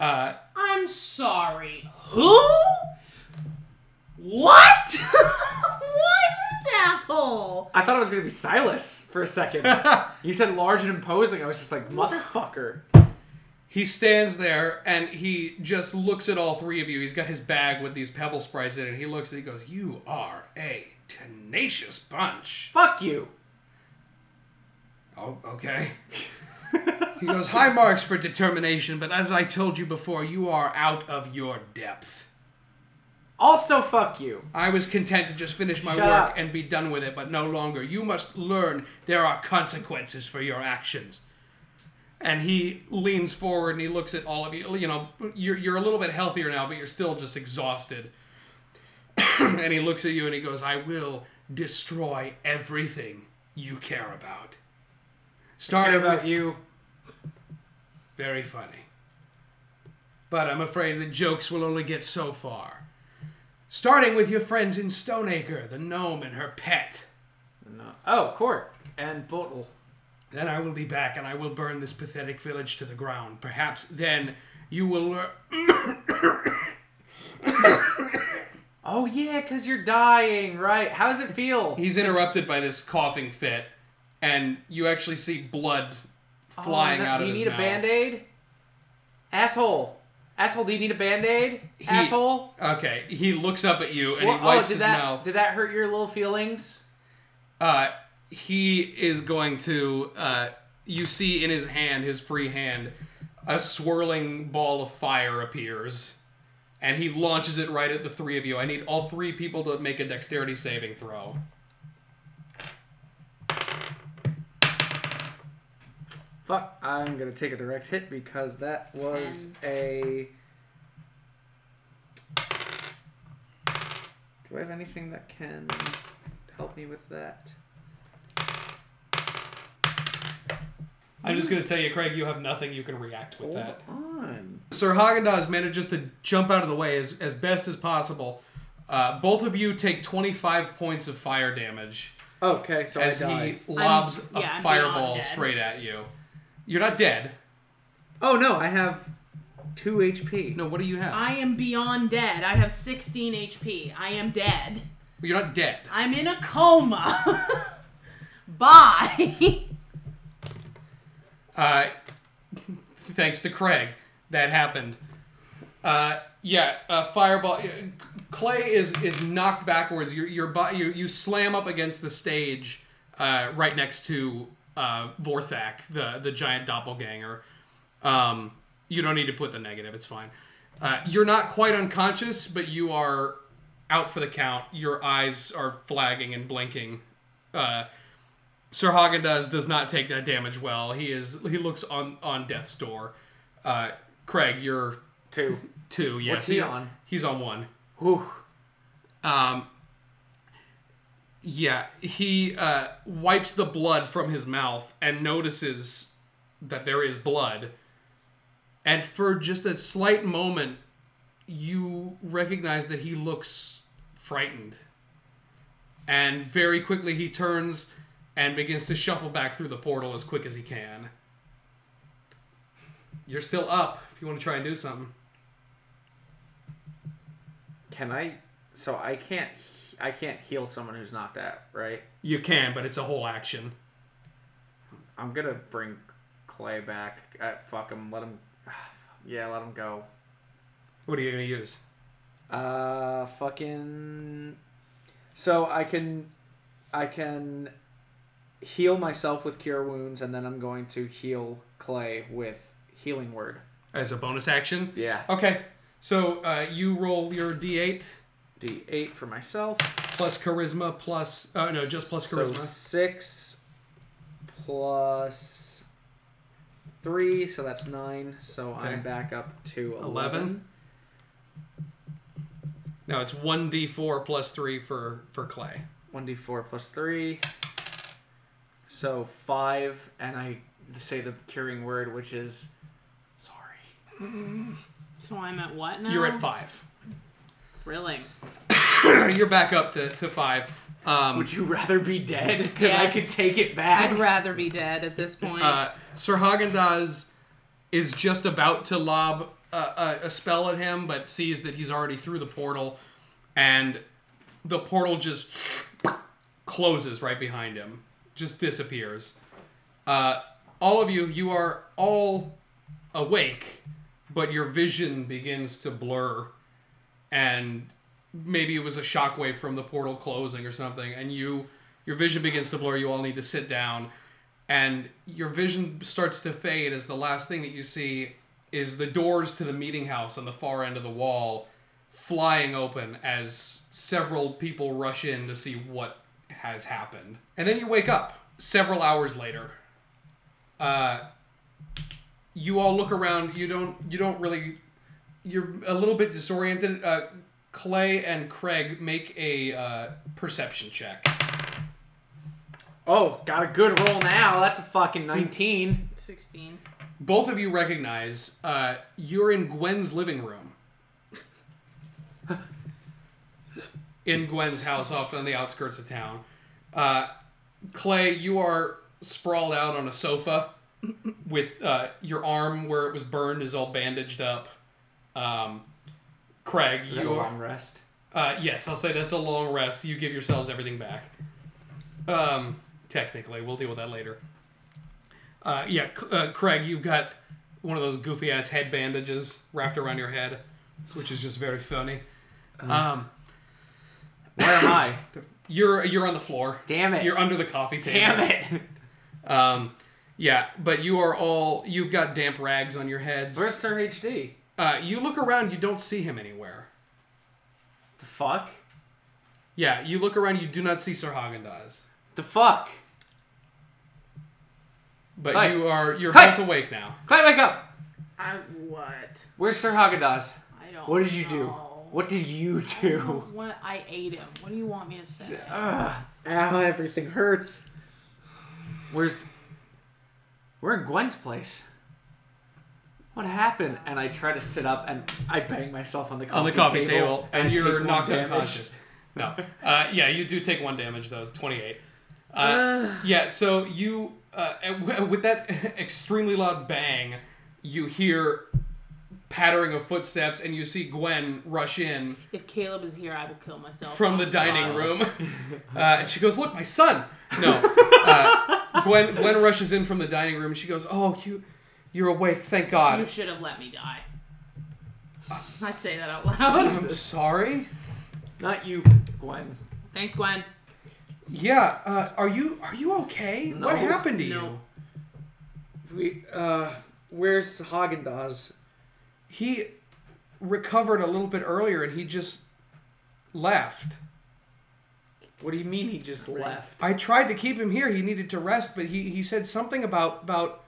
B: uh,
D: I'm sorry. Who? What? what is this asshole?
C: I thought it was gonna be Silas for a second. you said large and imposing. I was just like, motherfucker.
B: He stands there and he just looks at all three of you. He's got his bag with these pebble sprites in it. He looks and he goes, You are a tenacious bunch.
C: Fuck you.
B: Oh, okay. He goes, High marks for determination, but as I told you before, you are out of your depth.
C: Also, fuck you.
B: I was content to just finish my
C: Shut
B: work
C: up.
B: and be done with it, but no longer. You must learn there are consequences for your actions. And he leans forward and he looks at all of you. You know, you're, you're a little bit healthier now, but you're still just exhausted. and he looks at you and he goes, I will destroy everything you care about.
C: What
B: Starting with
C: about you?
B: very funny. But I'm afraid the jokes will only get so far. Starting with your friends in Stoneacre, the gnome and her pet.
C: No. Oh, Cork and Bottle.
B: Then I will be back and I will burn this pathetic village to the ground. Perhaps then you will learn.
C: Oh yeah, cause you're dying, right? How does it feel?
B: He's interrupted by this coughing fit, and you actually see blood flying
C: Oh, no-
B: out
C: do
B: of
C: you
B: his
C: need
B: mouth.
C: a band-aid? Asshole. Asshole, do you need a band-aid?
B: He-
C: Asshole?
B: Okay, he looks up at you and
C: Well,
B: he wipes
C: oh, did
B: his
C: that,
B: mouth.
C: Did that hurt your little feelings?
B: uh, he is going to uh, you see in his hand his free hand a swirling ball of fire appears and he launches it right at the three of you i need all three people to make a dexterity saving throw
C: Fuck, I'm gonna take a direct hit because that was a. Do I have anything that can help me with that?
B: i'm just going to tell you craig you have nothing you can react with that
C: on.
B: Sir Haagen-Dazs manages to jump out of the way as, as best as possible. Uh, both of you take 25 points of fire damage
C: Okay, so
B: as
C: I died.
B: he lobs
D: I'm- yeah, I'm
B: a
D: beyond
B: fireball
D: dead.
B: straight at you. You're not dead.
C: Oh no, I have two HP.
B: No, what do you have?
D: I am beyond dead. I have 16 HP. I am dead.
B: You're not dead.
D: I'm in a coma. Bye.
B: Uh, thanks to Craig, that happened. Uh, yeah, uh, fireball. Clay is is knocked backwards. Your your bo- you you slam up against the stage, uh, right next to uh, Vorthak, the the giant doppelganger. Um, you don't need to put the negative. It's fine. Uh, you're not quite unconscious, but you are out for the count. Your eyes are flagging and blinking. Uh, Sir Hagen does does not take that damage well. He is he looks on on death's door. Uh, Craig, you're
C: Two.
B: two. Yes,
C: What's he on?
B: He's on one.
C: Whew.
B: Um, yeah, he uh, wipes the blood from his mouth and notices that there is blood. And for just a slight moment, you recognize that he looks frightened. And very quickly, he turns and begins to shuffle back through the portal as quick as he can. You're still up if you want to try and do something.
C: Can I? So I can't. he- I can't heal someone who's knocked out, right?
B: You can, but it's a whole action.
C: I'm gonna bring Clay back. Uh, fuck him. Let him. Yeah, let him go.
B: What are you going to use?
C: Uh, fucking. So I can, I can, heal myself with cure wounds, and then I'm going to heal Clay with healing word.
B: as a bonus action.
C: Yeah.
B: Okay, so uh, you roll your d8
C: D8 for myself.
B: plus charisma plus oh no just plus
C: So
B: charisma.
C: six plus three, so that's nine. So
B: Okay.
C: I'm back up to 11.
B: Eleven. No, it's one d4 plus three for for Clay.
C: 1d4 plus three. So five, and I say the curing word, which is sorry.
D: so I'm at what now?
B: You're at five.
D: Thrilling.
B: You're back up to, to five. Um,
C: Would you rather be dead? Because I
D: Yes.
C: could take it back.
D: I'd rather be dead at this point.
B: uh, Sir Haagen-Dazs is just about to lob a, a, a spell at him, but sees that he's already through the portal, and the portal just closes right behind him, just disappears. Uh, all of you, you are all awake, but your vision begins to blur, and maybe it was a shockwave from the portal closing or something, and you. Your vision begins to blur. You all need to sit down and your vision starts to fade as the last thing that you see is the doors to the meeting house on the far end of the wall flying open as several people rush in to see what has happened. And then you wake up several hours later. Uh, you all look around. You don't. You don't really. You're a little bit disoriented. Uh, Clay and Craig make a uh, perception check.
C: Oh, got a good roll now. That's a fucking 19.
D: 16.
B: Both of you recognize uh, you're in Gwen's living room. in Gwen's house off on the outskirts of town. Uh, Clay, you are sprawled out on a sofa with uh, your arm where it was burned is all bandaged up. Um, Craig,
C: Is that a
B: you
C: long
B: are.
C: rest?
B: Uh, yes, I'll say that's a long rest. You give yourselves everything back. Um, technically, we'll deal with that later. Uh, yeah, C- uh, Craig, you've got one of those goofy ass head bandages wrapped around your head, which is just very funny.
C: Mm-hmm.
B: Um,
C: Where am I?
B: you're you're on the floor.
C: Damn it.
B: You're under the coffee table.
C: Damn it.
B: Um, yeah, but you are all you've got damp rags on your heads.
C: Where's Sir HD?
B: uh, you look around, you don't see him anywhere.
C: The fuck?
B: Yeah, you look around, you do not see Sir Hagen Dazs.
C: The fuck?
B: But
C: Hi.
B: you are you're
C: Hi.
B: both awake now.
C: Clay, wake up!
D: I what?
C: Where's Sir Haagen-Dazs?
D: I don't.
C: What did you do?
D: know.
C: What did you
D: I don't know
C: do?
D: What I ate him. What do you want me to say?
C: Ugh. Ow, everything hurts. Where's. We're in Gwen's place. What happened? And I try to sit up and I bang myself on the coffee,
B: on the coffee table, and,
C: I take
B: you're
C: one
B: knocked
C: damage.
B: unconscious. No, uh, yeah, you do take one damage though, twenty eight. Uh, yeah, so you uh, and w- with that extremely loud bang, you hear pattering of footsteps, and you see Gwen rush in
D: If Caleb is here, I will kill myself.
B: from the
D: I'm
B: dining
D: sorry.
B: room, uh, and she goes, "Look, my son." No, uh, Gwen Gwen rushes in from the dining room, and she goes, "Oh, you." You're awake, thank
D: You
B: God.
D: should have let me die. I say that out loud.
B: I'm sorry.
C: Not you, Gwen.
D: Thanks, Gwen.
B: Yeah, uh, are you are you okay?
C: No.
B: what happened to you?
D: No.
C: We, uh, where's Haagen Dazs?
B: he recovered a little bit earlier and he just left.
C: What do you mean he just left?
B: I tried to keep him here. He needed to rest, but he, he said something about about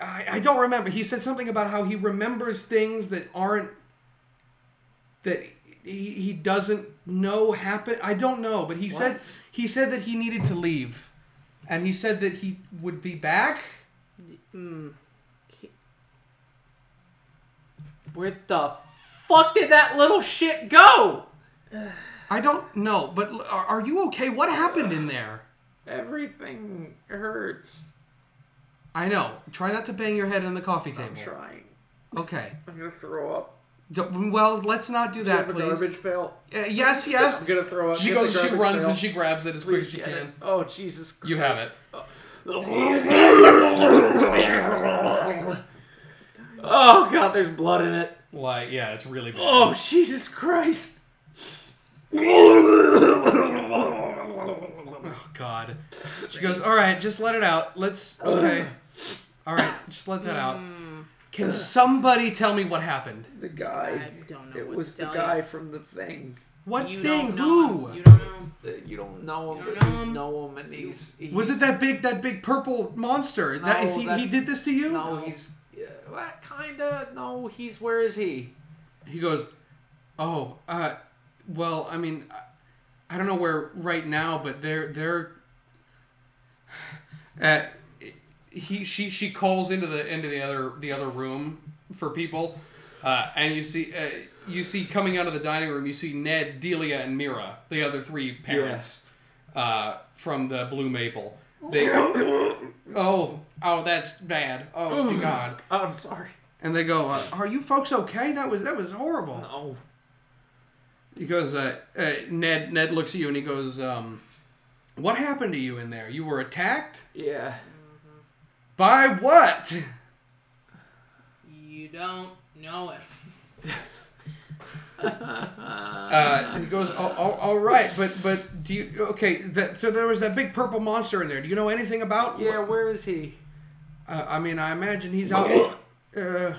B: I, I don't remember. He said something about how he remembers things that aren't that he, he doesn't know happen. I don't know, but he said
C: What?
B: he said that he needed to leave. And he said that he would be back.
C: Where the fuck did that little shit go?
B: I don't know, but l- are, are you okay? What happened in there?
C: Everything hurts.
B: I know. Try not to bang your head on the coffee table.
C: I'm trying.
B: Okay.
C: I'm gonna throw up.
B: D- well, let's not do
C: Do you
B: that,
C: have a
B: please.
C: garbage pail?
B: Uh, yes, yes.
C: I'm gonna throw up.
B: She
C: Get the
B: goes. She
C: garbage
B: runs
C: pail.
B: and she grabs it as quick as
C: Please
B: she
C: get it.
B: can.
C: Oh Jesus Christ!
B: You have it.
C: Oh God, there's blood in it.
B: Like, yeah, it's really bad.
C: Oh Jesus Christ!
B: Oh, God. She goes. All right, just let it out. Let's. Okay. All right, just let that out.
C: Hmm.
B: Can somebody tell me what happened?
C: The
D: I
C: guy.
D: don't know.
C: It
D: what
C: was
D: to
C: the
D: tell
C: guy
D: you.
C: from the thing.
B: What
D: You
B: thing?
D: don't know.
B: Who?
D: him. You don't know. him.
C: Uh, You don't know him,
D: You
C: but
D: don't
C: you
D: know him?
C: know him, and he's. he's
B: Was it that big? That big purple monster? that is he?
C: No,
B: He
C: that's-
B: did this to you?
C: No, he's. Yeah, well, kinda. No, he's. Where is he?
B: he goes, "Oh, uh, well, I mean, I- I don't know where right now, but they're they're." Uh, he she she calls into the into the other the other room for people, uh, and you see uh, you see coming out of the dining room, you see Ned, Delia, and Mira, the other three parents, uh, from the Blue Maple. They, oh, oh, that's bad. Oh, dear God!
C: Oh, I'm sorry.
B: And they go, uh, "Are you folks okay? That was that was horrible."
C: No.
B: he goes uh, uh, ned ned looks at you and he goes um, what happened to you in there you were attacked
C: Yeah.
B: by what
D: You don't know it.
B: Uh, he goes, oh, oh, all right, but but do you okay? That, so there was that big purple monster in there. Do you know anything about?
C: Yeah, where is he?
B: Uh, I mean, I imagine he's out uh,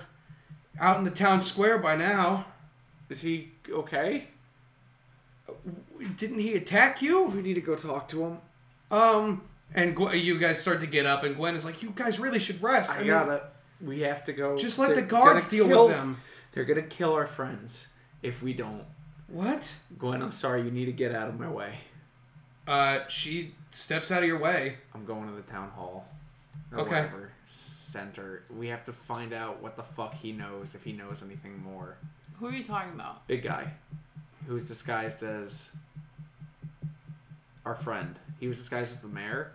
B: out in the town square by now.
C: Is he okay?
B: Didn't he attack you?
C: We need to go talk to him.
B: Um, and Gwen, you guys start to get up, and Gwen is like, "You guys really should rest."
C: I,
B: mean,
C: got it. We have to go.
B: Just let
C: They're
B: the guards
C: gonna
B: deal
C: kill-
B: with them.
C: They're gonna kill our friends if we don't.
B: What?
C: Gwen, I'm sorry. You need to get out of my way.
B: Uh, she steps out of your way.
C: I'm going to the town hall. or
B: Okay.
C: whatever Center. We have to find out what the fuck he knows if he knows anything more.
D: Who are you talking about?
C: Big guy, who was disguised as our friend. He was disguised as the mayor.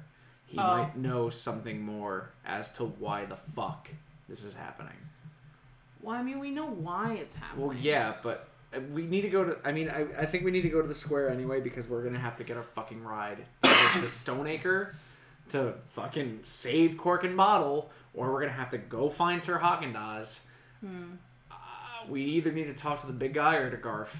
C: He
D: Oh.
C: might know something more as to why the fuck this is happening.
D: Well, I mean, we know why it's happening.
C: Well, yeah, but uh, we need to go to. I mean, I, I think we need to go to the square anyway because we're gonna have to get our fucking ride to Stoneacre to fucking save Cork and Bottle, or we're gonna have to go find Sir Haagen Dazs. Uh, we either need to talk to the big guy or to Garf.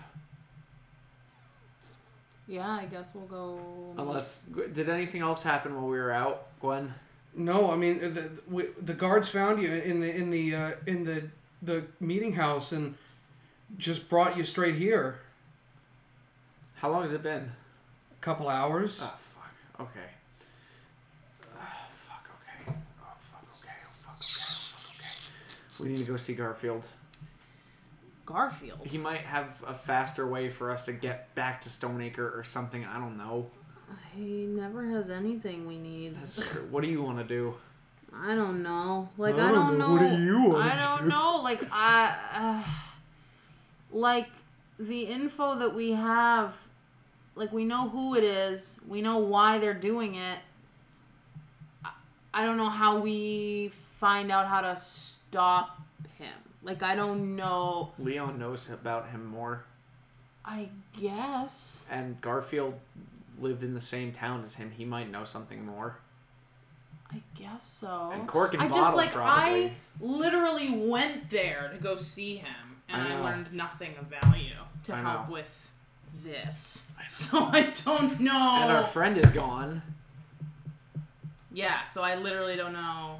D: Yeah, I guess we'll go.
C: Unless did anything else happen while we were out, Gwen?
B: No, I mean the the, w- the guards found you in the in the uh, in the the meeting house and just brought you straight here.
C: How long has it been?
B: A couple hours.
C: Oh fuck. Okay. Oh fuck. Okay. Oh fuck. Okay. Oh fuck. Okay. Oh fuck. Okay. We need to go see Garfield.
D: Garfield.
C: He might have a faster way for us to get back to Stoneacre or something. I don't know.
D: He never has anything we need.
C: That's what do you want to do?
D: I don't know. Like
C: I
D: I
C: don't
D: don't
C: know.
D: know.
C: What do you wanna
D: I don't
C: do?
D: know. Like I, uh, like the info that we have, like we know who it is. We know why they're doing it. I- I don't know how we find out how to stop him. Like I don't know.
C: Leon knows about him more,
D: I guess.
C: and Garfield lived in the same town as him. He might know something more.
D: I guess so.
C: And cork and
D: I
C: bottle,
D: just like I
C: probably.
D: literally went there to go see him, and
C: I
D: I,
C: know.
D: learned nothing of value to
C: I
D: help
C: know.
D: with this. So I don't know.
C: And our friend is gone.
D: yeah, so I literally don't know.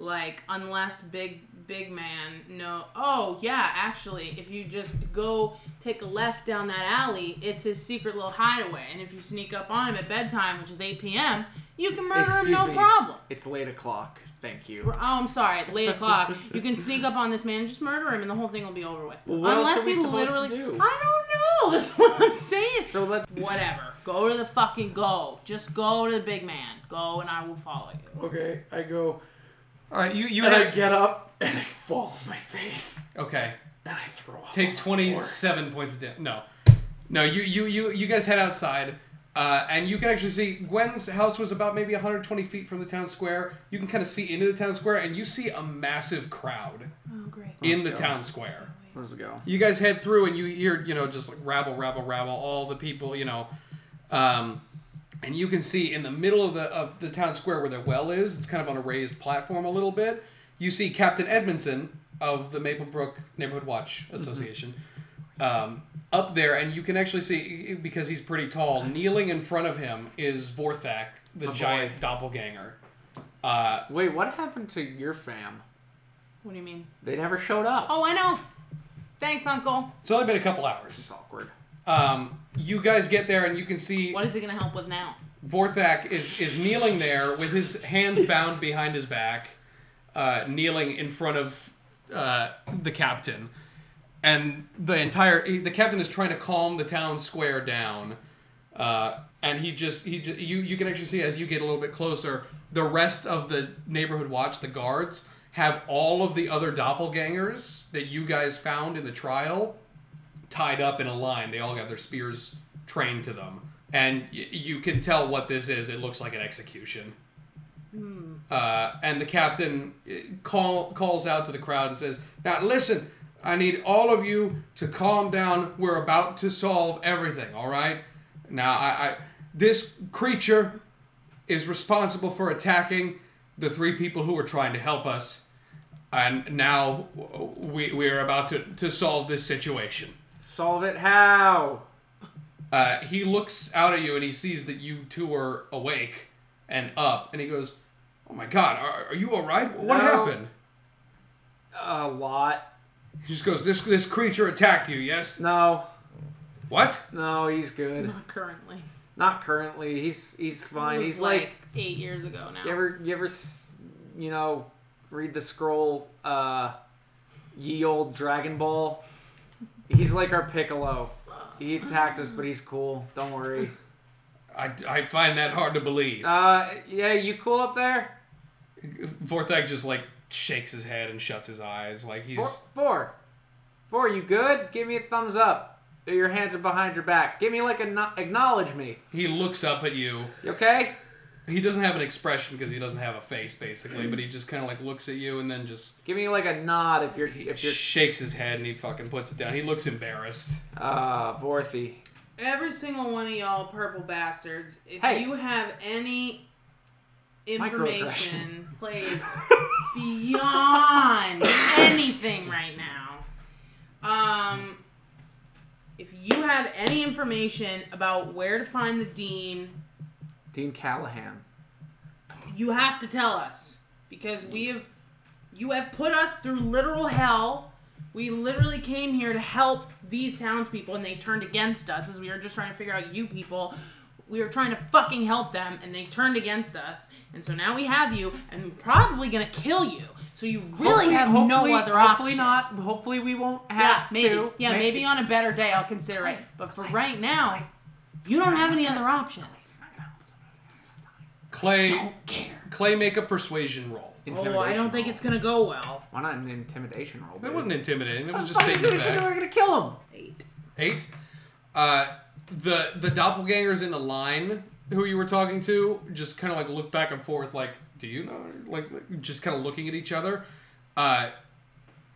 D: Like unless big big man no oh yeah actually if you just go take a left down that alley it's his secret little hideaway and if you sneak up on him at bedtime which is 8 p.m you can murder him
C: Excuse
D: no
C: me.
D: problem
C: It's late o'clock. Thank you.
D: We're- Oh, I'm sorry. At late o'clock, you can sneak up on this man and just murder him, and the whole thing will be over with.
C: Well, what else
D: Unless
C: are we
D: he
C: supposed to
D: literally,
C: do?
D: I don't know. That's what I'm saying.
C: So let's.
D: Whatever. Go to the fucking go. Just go to the big man. Go, and I will follow you.
C: Okay, I go
B: All right, you you
C: and I
B: had,
C: get up and I fall on my face
B: okay.
C: and I throw up.
B: Take
C: on the
B: twenty
C: floor.
B: seven points of damage. No, no. You you you you guys head outside. Uh, and you can actually see Gwen's house was about maybe 120 feet from the town square. You can kind of see into the town square, and you see a massive crowd
D: Oh, great.
B: in the
C: go.
B: town square.
C: Let's go.
B: you guys head through and you hear you know just like rabble rabble rabble all the people you know um and you can see in the middle of the of the town square where the well is it's kind of on a raised platform a little bit you see captain edmondson of the maplebrook neighborhood watch association um, up there and you can actually see because he's pretty tall kneeling in front of him is vorthak the
C: boy.
B: giant doppelganger
C: Wait, what happened to your fam?
D: What do you mean?
C: They never showed up.
D: Oh, I know. Thanks, Uncle.
B: it's only been a couple hours
C: It's awkward.
B: um, you guys get there and you can see
D: What is he gonna help with now?
B: Vorthak is is kneeling there with his hands bound behind his back, uh, kneeling in front of uh, the captain, and the entire the captain is trying to calm the town square down, uh, and he just he ju- you you can actually see as you get a little bit closer, the rest of the neighborhood watch the guards have all of the other doppelgangers that you guys found in the trial tied up in a line. They all got their spears trained to them, and y- you can tell what this is. It looks like an execution. Uh, and the captain uh, call, calls out to the crowd and says, "Now listen, I need all of you to calm down. We're about to solve everything. All right? Now, I, I this creature is responsible for attacking the three people who were trying to help us." And now w- we, we are about to, to solve this situation.
C: Solve it how?
B: Uh, he looks out at you and he sees that you two are awake and up, and he goes, "Oh my God, are, are you all right? What
C: No.
B: happened?"
C: A lot.
B: He just goes, "This this creature attacked you, yes?
C: No,
B: What?
C: no, he's good.
D: Not currently.
C: Not currently. He's he's
D: It
C: fine.
D: was
C: He's
D: like,
C: like
D: eight years ago now.
C: You ever, you ever, s- you know, read the scroll, uh, ye old Dragon Ball? He's like our Piccolo. He attacked us, but he's cool. Don't worry.
B: I, I find that hard to believe."
C: Uh, yeah, you cool up there?
B: Vorthak just like shakes his head and shuts his eyes, like he's.
C: Four, four, four. You good? Give me a thumbs up. Your hands are behind your back. Give me like a no- acknowledge me.
B: He looks up at you.
C: You okay?
B: He doesn't have an expression because he doesn't have a face, basically. But he just kind of like looks at you and then just
C: Give me like a nod if you're if you're
B: shakes his head and he fucking puts it down. He looks embarrassed.
C: uh Vorthy.
D: Every single one of y'all purple bastards, if
C: Hey.
D: you have any information, please beyond anything right now. Um if you have any information about where to find the dean,
C: Dean Callahan.
D: you have to tell us because we have you have put us through literal hell. We literally came here to help these townspeople and they turned against us as we were just trying to figure out you people. We were trying to fucking help them and they turned against us. And so now we have you and we're probably gonna kill you. So you really
C: Hopefully-
D: have
C: hopefully-
D: no other
C: Hopefully
D: option.
C: not. Hopefully we won't have
D: Yeah, maybe.
C: to.
D: Yeah,
C: May-
D: maybe on a better day I'll consider it. But for right now, you don't have any other options.
B: Clay,
D: Care.
B: Clay, make a persuasion roll.
D: Oh, I don't think it's gonna go well.
C: Why not an intimidation roll?
B: That
C: dude?
B: wasn't intimidating. It was just
C: Fucking
B: stating
C: dude, said they were
B: facts.
C: gonna kill him.
D: Eight.
B: Eight. Uh, the the doppelgangers in the line who you were talking to just kind of like look back and forth, like, do you know? Like, like, just kind of looking at each other. Uh,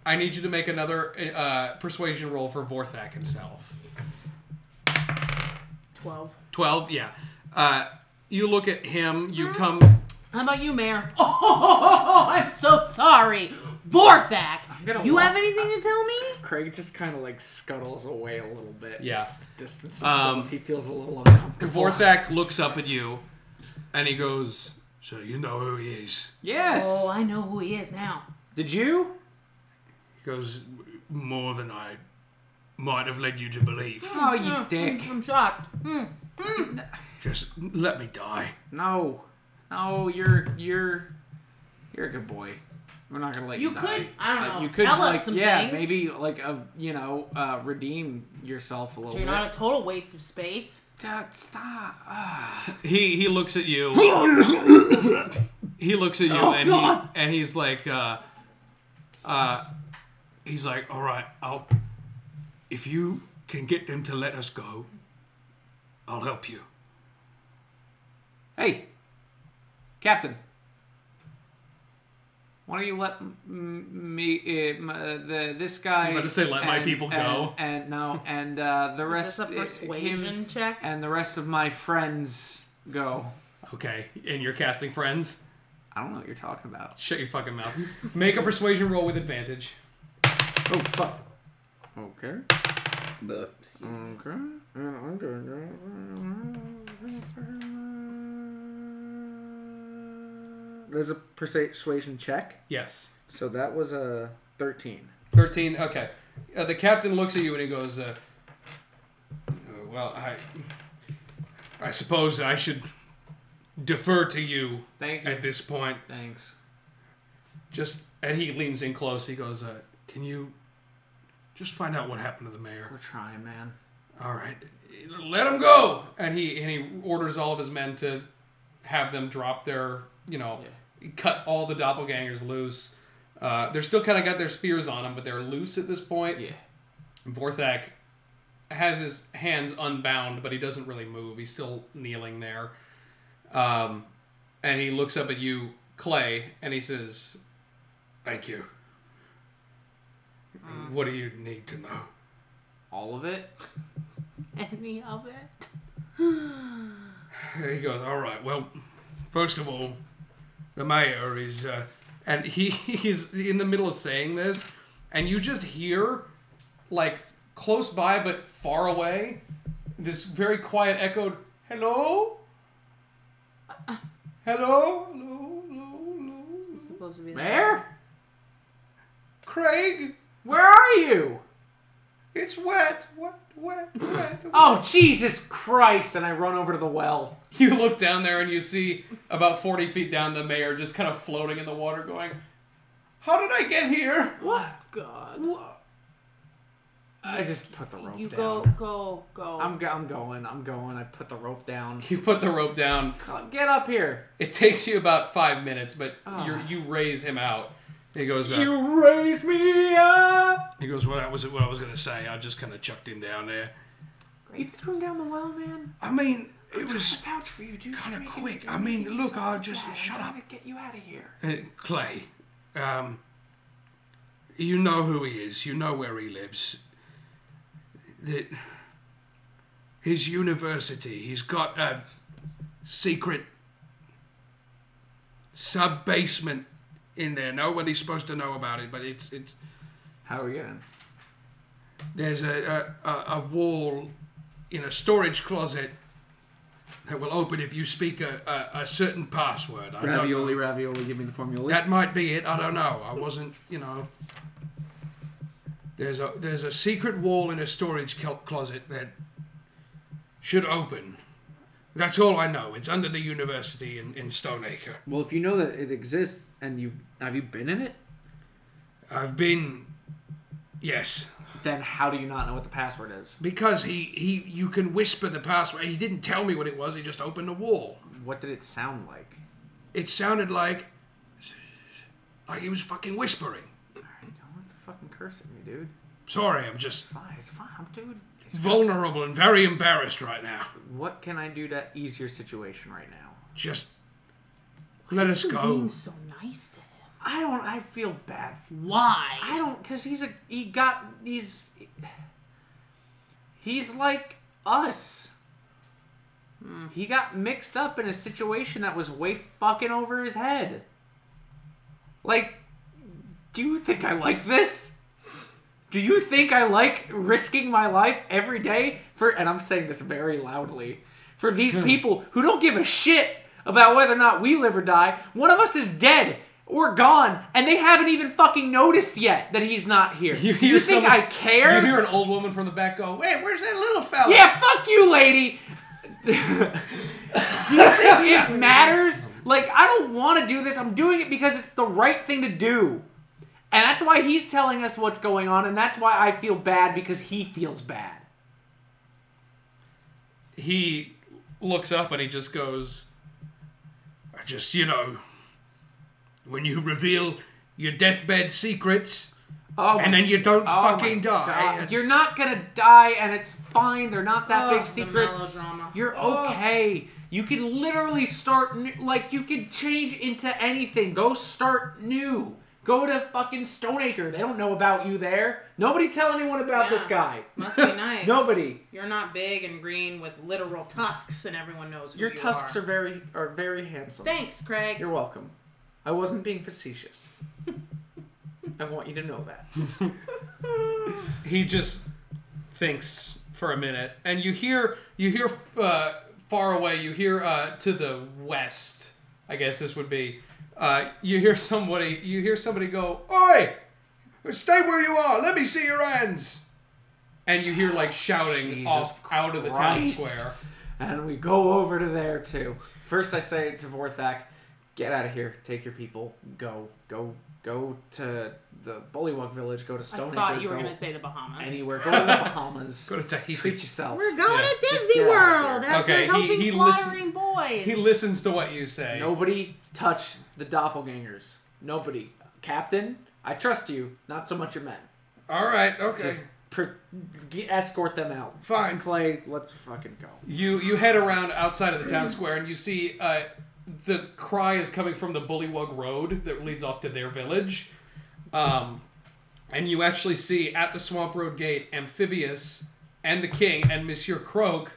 B: I need you to make another uh, persuasion roll for Vorthak himself.
D: Twelve.
B: Twelve, yeah. Uh, you look at him. You come.
D: How about you, Mayor? Oh, I'm so sorry. Vorthak,
C: gonna
D: you
C: walk-
D: have anything to tell me?
C: Craig just kind of like scuttles away a little bit.
B: Yeah.
C: Just distance
B: Um,
C: he feels a little uncomfortable.
B: Vorthak looks up at you, and he goes,
F: So you know who he is.
C: Yes.
D: Oh, Mm, I know who he is now.
C: Did you?
F: He goes more than I might have led you to believe.
C: Oh,
D: mm,
C: you dick.
D: Hmm, I'm shocked. Hmm.
F: Just let me die.
C: No. No, you're you're you're a good boy. We're not gonna let you.
D: You could-
C: die.
D: I don't
C: But
D: know,
C: You could
D: tell us
C: like,
D: some
C: yeah,
D: things.
C: maybe like a you know uh, redeem yourself a little
D: So you're
C: bit.
D: not a total waste of space.
C: Uh, stop. Ah.
B: he he looks at you. he looks at you,
F: Oh,
B: and
C: God.
B: he and he's like, uh, uh,
F: He's like, all right, I'll. If you can get them to let us go, I'll help you.
C: Hey, Captain. Why don't you let m- m- me, uh, m- uh, the this guy?
B: about to say, let my people go.
C: And, and no, and uh, the
D: Is
C: rest
D: this a
C: uh, him
D: persuasion check?
C: and the rest of my friends go.
B: okay. And you're casting friends.
C: I don't know what you're talking about.
B: Shut your fucking mouth. Make a persuasion roll with advantage.
C: Oh fuck. Okay. Okay. And I'm gonna go- There's a persuasion check.
B: Yes.
C: So that was a 13.
B: 13 okay uh, the captain looks at you and he goes uh, uh, well i i suppose i should defer to you
C: Thank
B: at this point
C: Thanks.
B: just and he leans in close he goes uh,
F: Can you just find out what happened to the mayor?
C: We're trying, man.
B: all right let him go and he and he orders all of his men to have them drop their you know cut all the doppelgangers loose uh, they're still kind of got their spears on them but they're loose at this point
C: Yeah.
B: Vorthak has his hands unbound, but he doesn't really move. He's still kneeling there. Um, and he looks up at you, Clay, and he says,
F: Thank you. What do you need to know?
C: All of it?
D: Any of it?
F: He goes, all right, well, first of all, the mayor is. Uh,
B: and he he's in the middle of saying this, and you just hear like close by but far away, this very quiet echoed, "Hello, hello, hello, hello, hello,
D: Supposed to be
C: Mayor?
B: Craig,
C: Where are you?
B: it's wet, wet, wet, wet." wet."
C: Oh, Jesus Christ! And I run over to the well.
B: You look down there and you see about forty feet down the mayor just kind of floating in the water, going, "How did I get here?"
D: What? God.
C: Wha- I just put the rope
D: You
C: down.
D: go, go, go.
C: I'm, go- I'm going, I'm going. I put the rope down.
B: You put the rope down.
C: Come- Get up here.
B: It takes you about five minutes, but you you raise him out. He goes, uh,
C: Ah. You raise me up.
F: He goes, "What I was what I was gonna say? I just kind of chucked him down there.
C: You threw him down the well, man.
F: I mean, it was
C: Vouch for you, dude.
F: kind of
C: You're making-
F: quick. I mean, look, I just
C: I'm
F: shut up,
C: trying to get you out of here.
F: Uh, Clay. Um, you know who he is. You know where he lives. That his university. He's got a secret sub basement in there. Nobody's supposed to know about it, but it's it's
C: How are you in?
F: there's a, a, a, a wall in a storage closet that will open if you speak a, a, a certain password. I don't
C: Ravioli,
F: know.
C: ravioli, give me the formula.
F: That might be it. I don't know. I wasn't, you know. There's a there's a secret wall in a storage cl- closet that should open. That's all I know. It's under the university in, in Stoneacre.
C: Well, if you know that it exists and you have you been in it,
F: I've been yes,
C: then how do you not know what the password is?
F: because he, he you can whisper the password. He didn't tell me what it was. He just opened the wall.
C: What did it sound like?
F: it sounded like like he was fucking whispering.
C: Alright, don't let the fucking curse at me, dude.
F: Sorry, I'm just
C: Fine, it's fine, I'm- dude. It's
F: vulnerable and very embarrassed right now.
C: What can I do to ease your situation right now?
F: Just let us go.
C: Oh.
D: being so nice to him.
C: I don't. I feel bad. for-
D: Why?
C: I don't, cause he's a. He got. He's. He's like us. He got mixed up in a situation that was way fucking over his head. Like, do you think I like this? Do you think I like risking my life every day for? And I'm saying this very loudly for these
B: Hmm.
C: people who don't give a shit about whether or not we live or die. One of us is dead or gone, and they haven't even fucking noticed yet that he's not here. You,
B: hear
C: think
B: someone-
C: I care?
B: You hear an old woman from the back go, "Wait, where's that little fella?"
C: Yeah, fuck you, lady. Do you think it matters? Like, I don't want to do this. I'm doing it because it's the right thing to do. And that's why he's telling us what's going on, and that's why I feel bad because he feels bad.
B: He looks up and he just goes,
F: I just, you know, when you reveal your deathbed secrets
C: Oh,
F: and then you don't
C: oh my
F: fucking die.
C: God. You're not gonna die, and it's fine. They're not that
D: Ugh,
C: big
D: the
C: secrets.
D: melodrama.
C: You're
D: Ugh.
C: okay. You can literally start new, like you can change into anything. Go start new. Go to fucking Stoneacre. They don't know about you there. Nobody tell anyone about
D: Yeah.
C: this guy.
D: Must be nice.
C: Nobody.
D: You're not big and green with literal tusks, and everyone knows who
C: Your
D: you
C: tusks are very are very handsome.
D: Thanks, Craig.
C: You're welcome. I wasn't being facetious. I want you to know that.
B: he just thinks for a minute, and you hear you hear uh, far away. You hear uh, to the west. I guess this would be. Uh, you hear somebody. You hear somebody go, "Oi, stay where you are. Let me see your hands." And you hear like shouting
C: Jesus
B: off out of the town
C: Christ.
B: square.
C: And we go over to there too. First, I say to Vorthak, "Get out of here. Take your people. Go, go, go to the Bullywug village. Go to
D: I
C: Stone.
D: thought you were gonna say the Bahamas.
C: anywhere. Go to the Bahamas.
B: Go to Tahiti.
C: Treat yourself.
D: We're going
B: Yeah,
D: to
C: just
D: Disney
C: get
D: World
C: out of here.
D: after
B: Okay, he-
D: helping
B: he listen-
D: slaughtering boys.
B: He listens to what you say.
C: Nobody touch the doppelgangers. Nobody. Captain, I trust you. Not so much your men.
F: All right, okay.
C: Just per- g- escort them out.
F: Fine.
C: Clay, let's fucking go.
B: You you head around outside of the town square and you see uh, the cry is coming from the Bullywug Road that leads off to their village, um, and you actually see at the Swamp Road gate Amphibious and the King and Monsieur Croak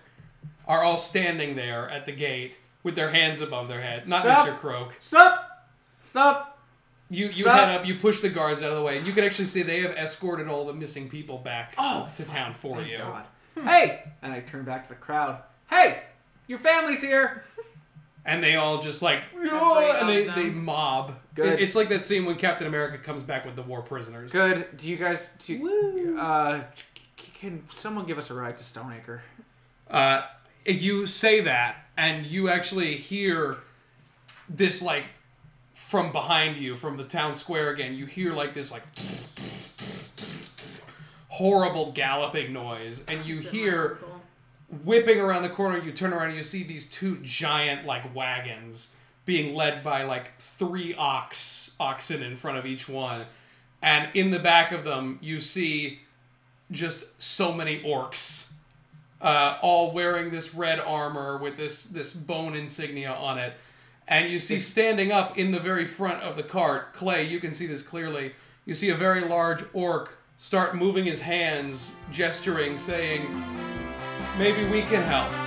B: are all standing there at the gate with their hands above their head. Not
C: Stop.
B: Monsieur Croak.
C: Stop! Stop!
B: You you
C: Stop.
B: head up, you push the guards out of the way, and you can actually see they have escorted all the missing people back
C: Oh,
B: to town for
C: Thank
B: you.
C: God. Hey! And I turn back to the crowd. Hey! Your family's here!
B: And they all just like
D: Every
B: and they,
D: of
B: they
D: them.
B: mob.
C: Good.
B: It- It's like that scene when Captain America comes back with the war prisoners.
C: Good. Do you guys. Do,
D: Woo.
C: Uh, c- can someone give us a ride to Stoneacre?
B: Uh, you say that, and you actually hear this like from behind you, from the town square again. You hear like this like horrible galloping noise, and you
D: Said my
B: hear
D: uncle.
B: whipping around the corner. You turn around, and you see these two giant like wagons being led by like three ox oxen in front of each one, and in the back of them you see just so many orcs uh, all wearing this red armor with this this bone insignia on it. And you see standing up in the very front of the cart, Clay, you can see this clearly. You see a very large orc start moving his hands, gesturing, saying, Maybe we can help.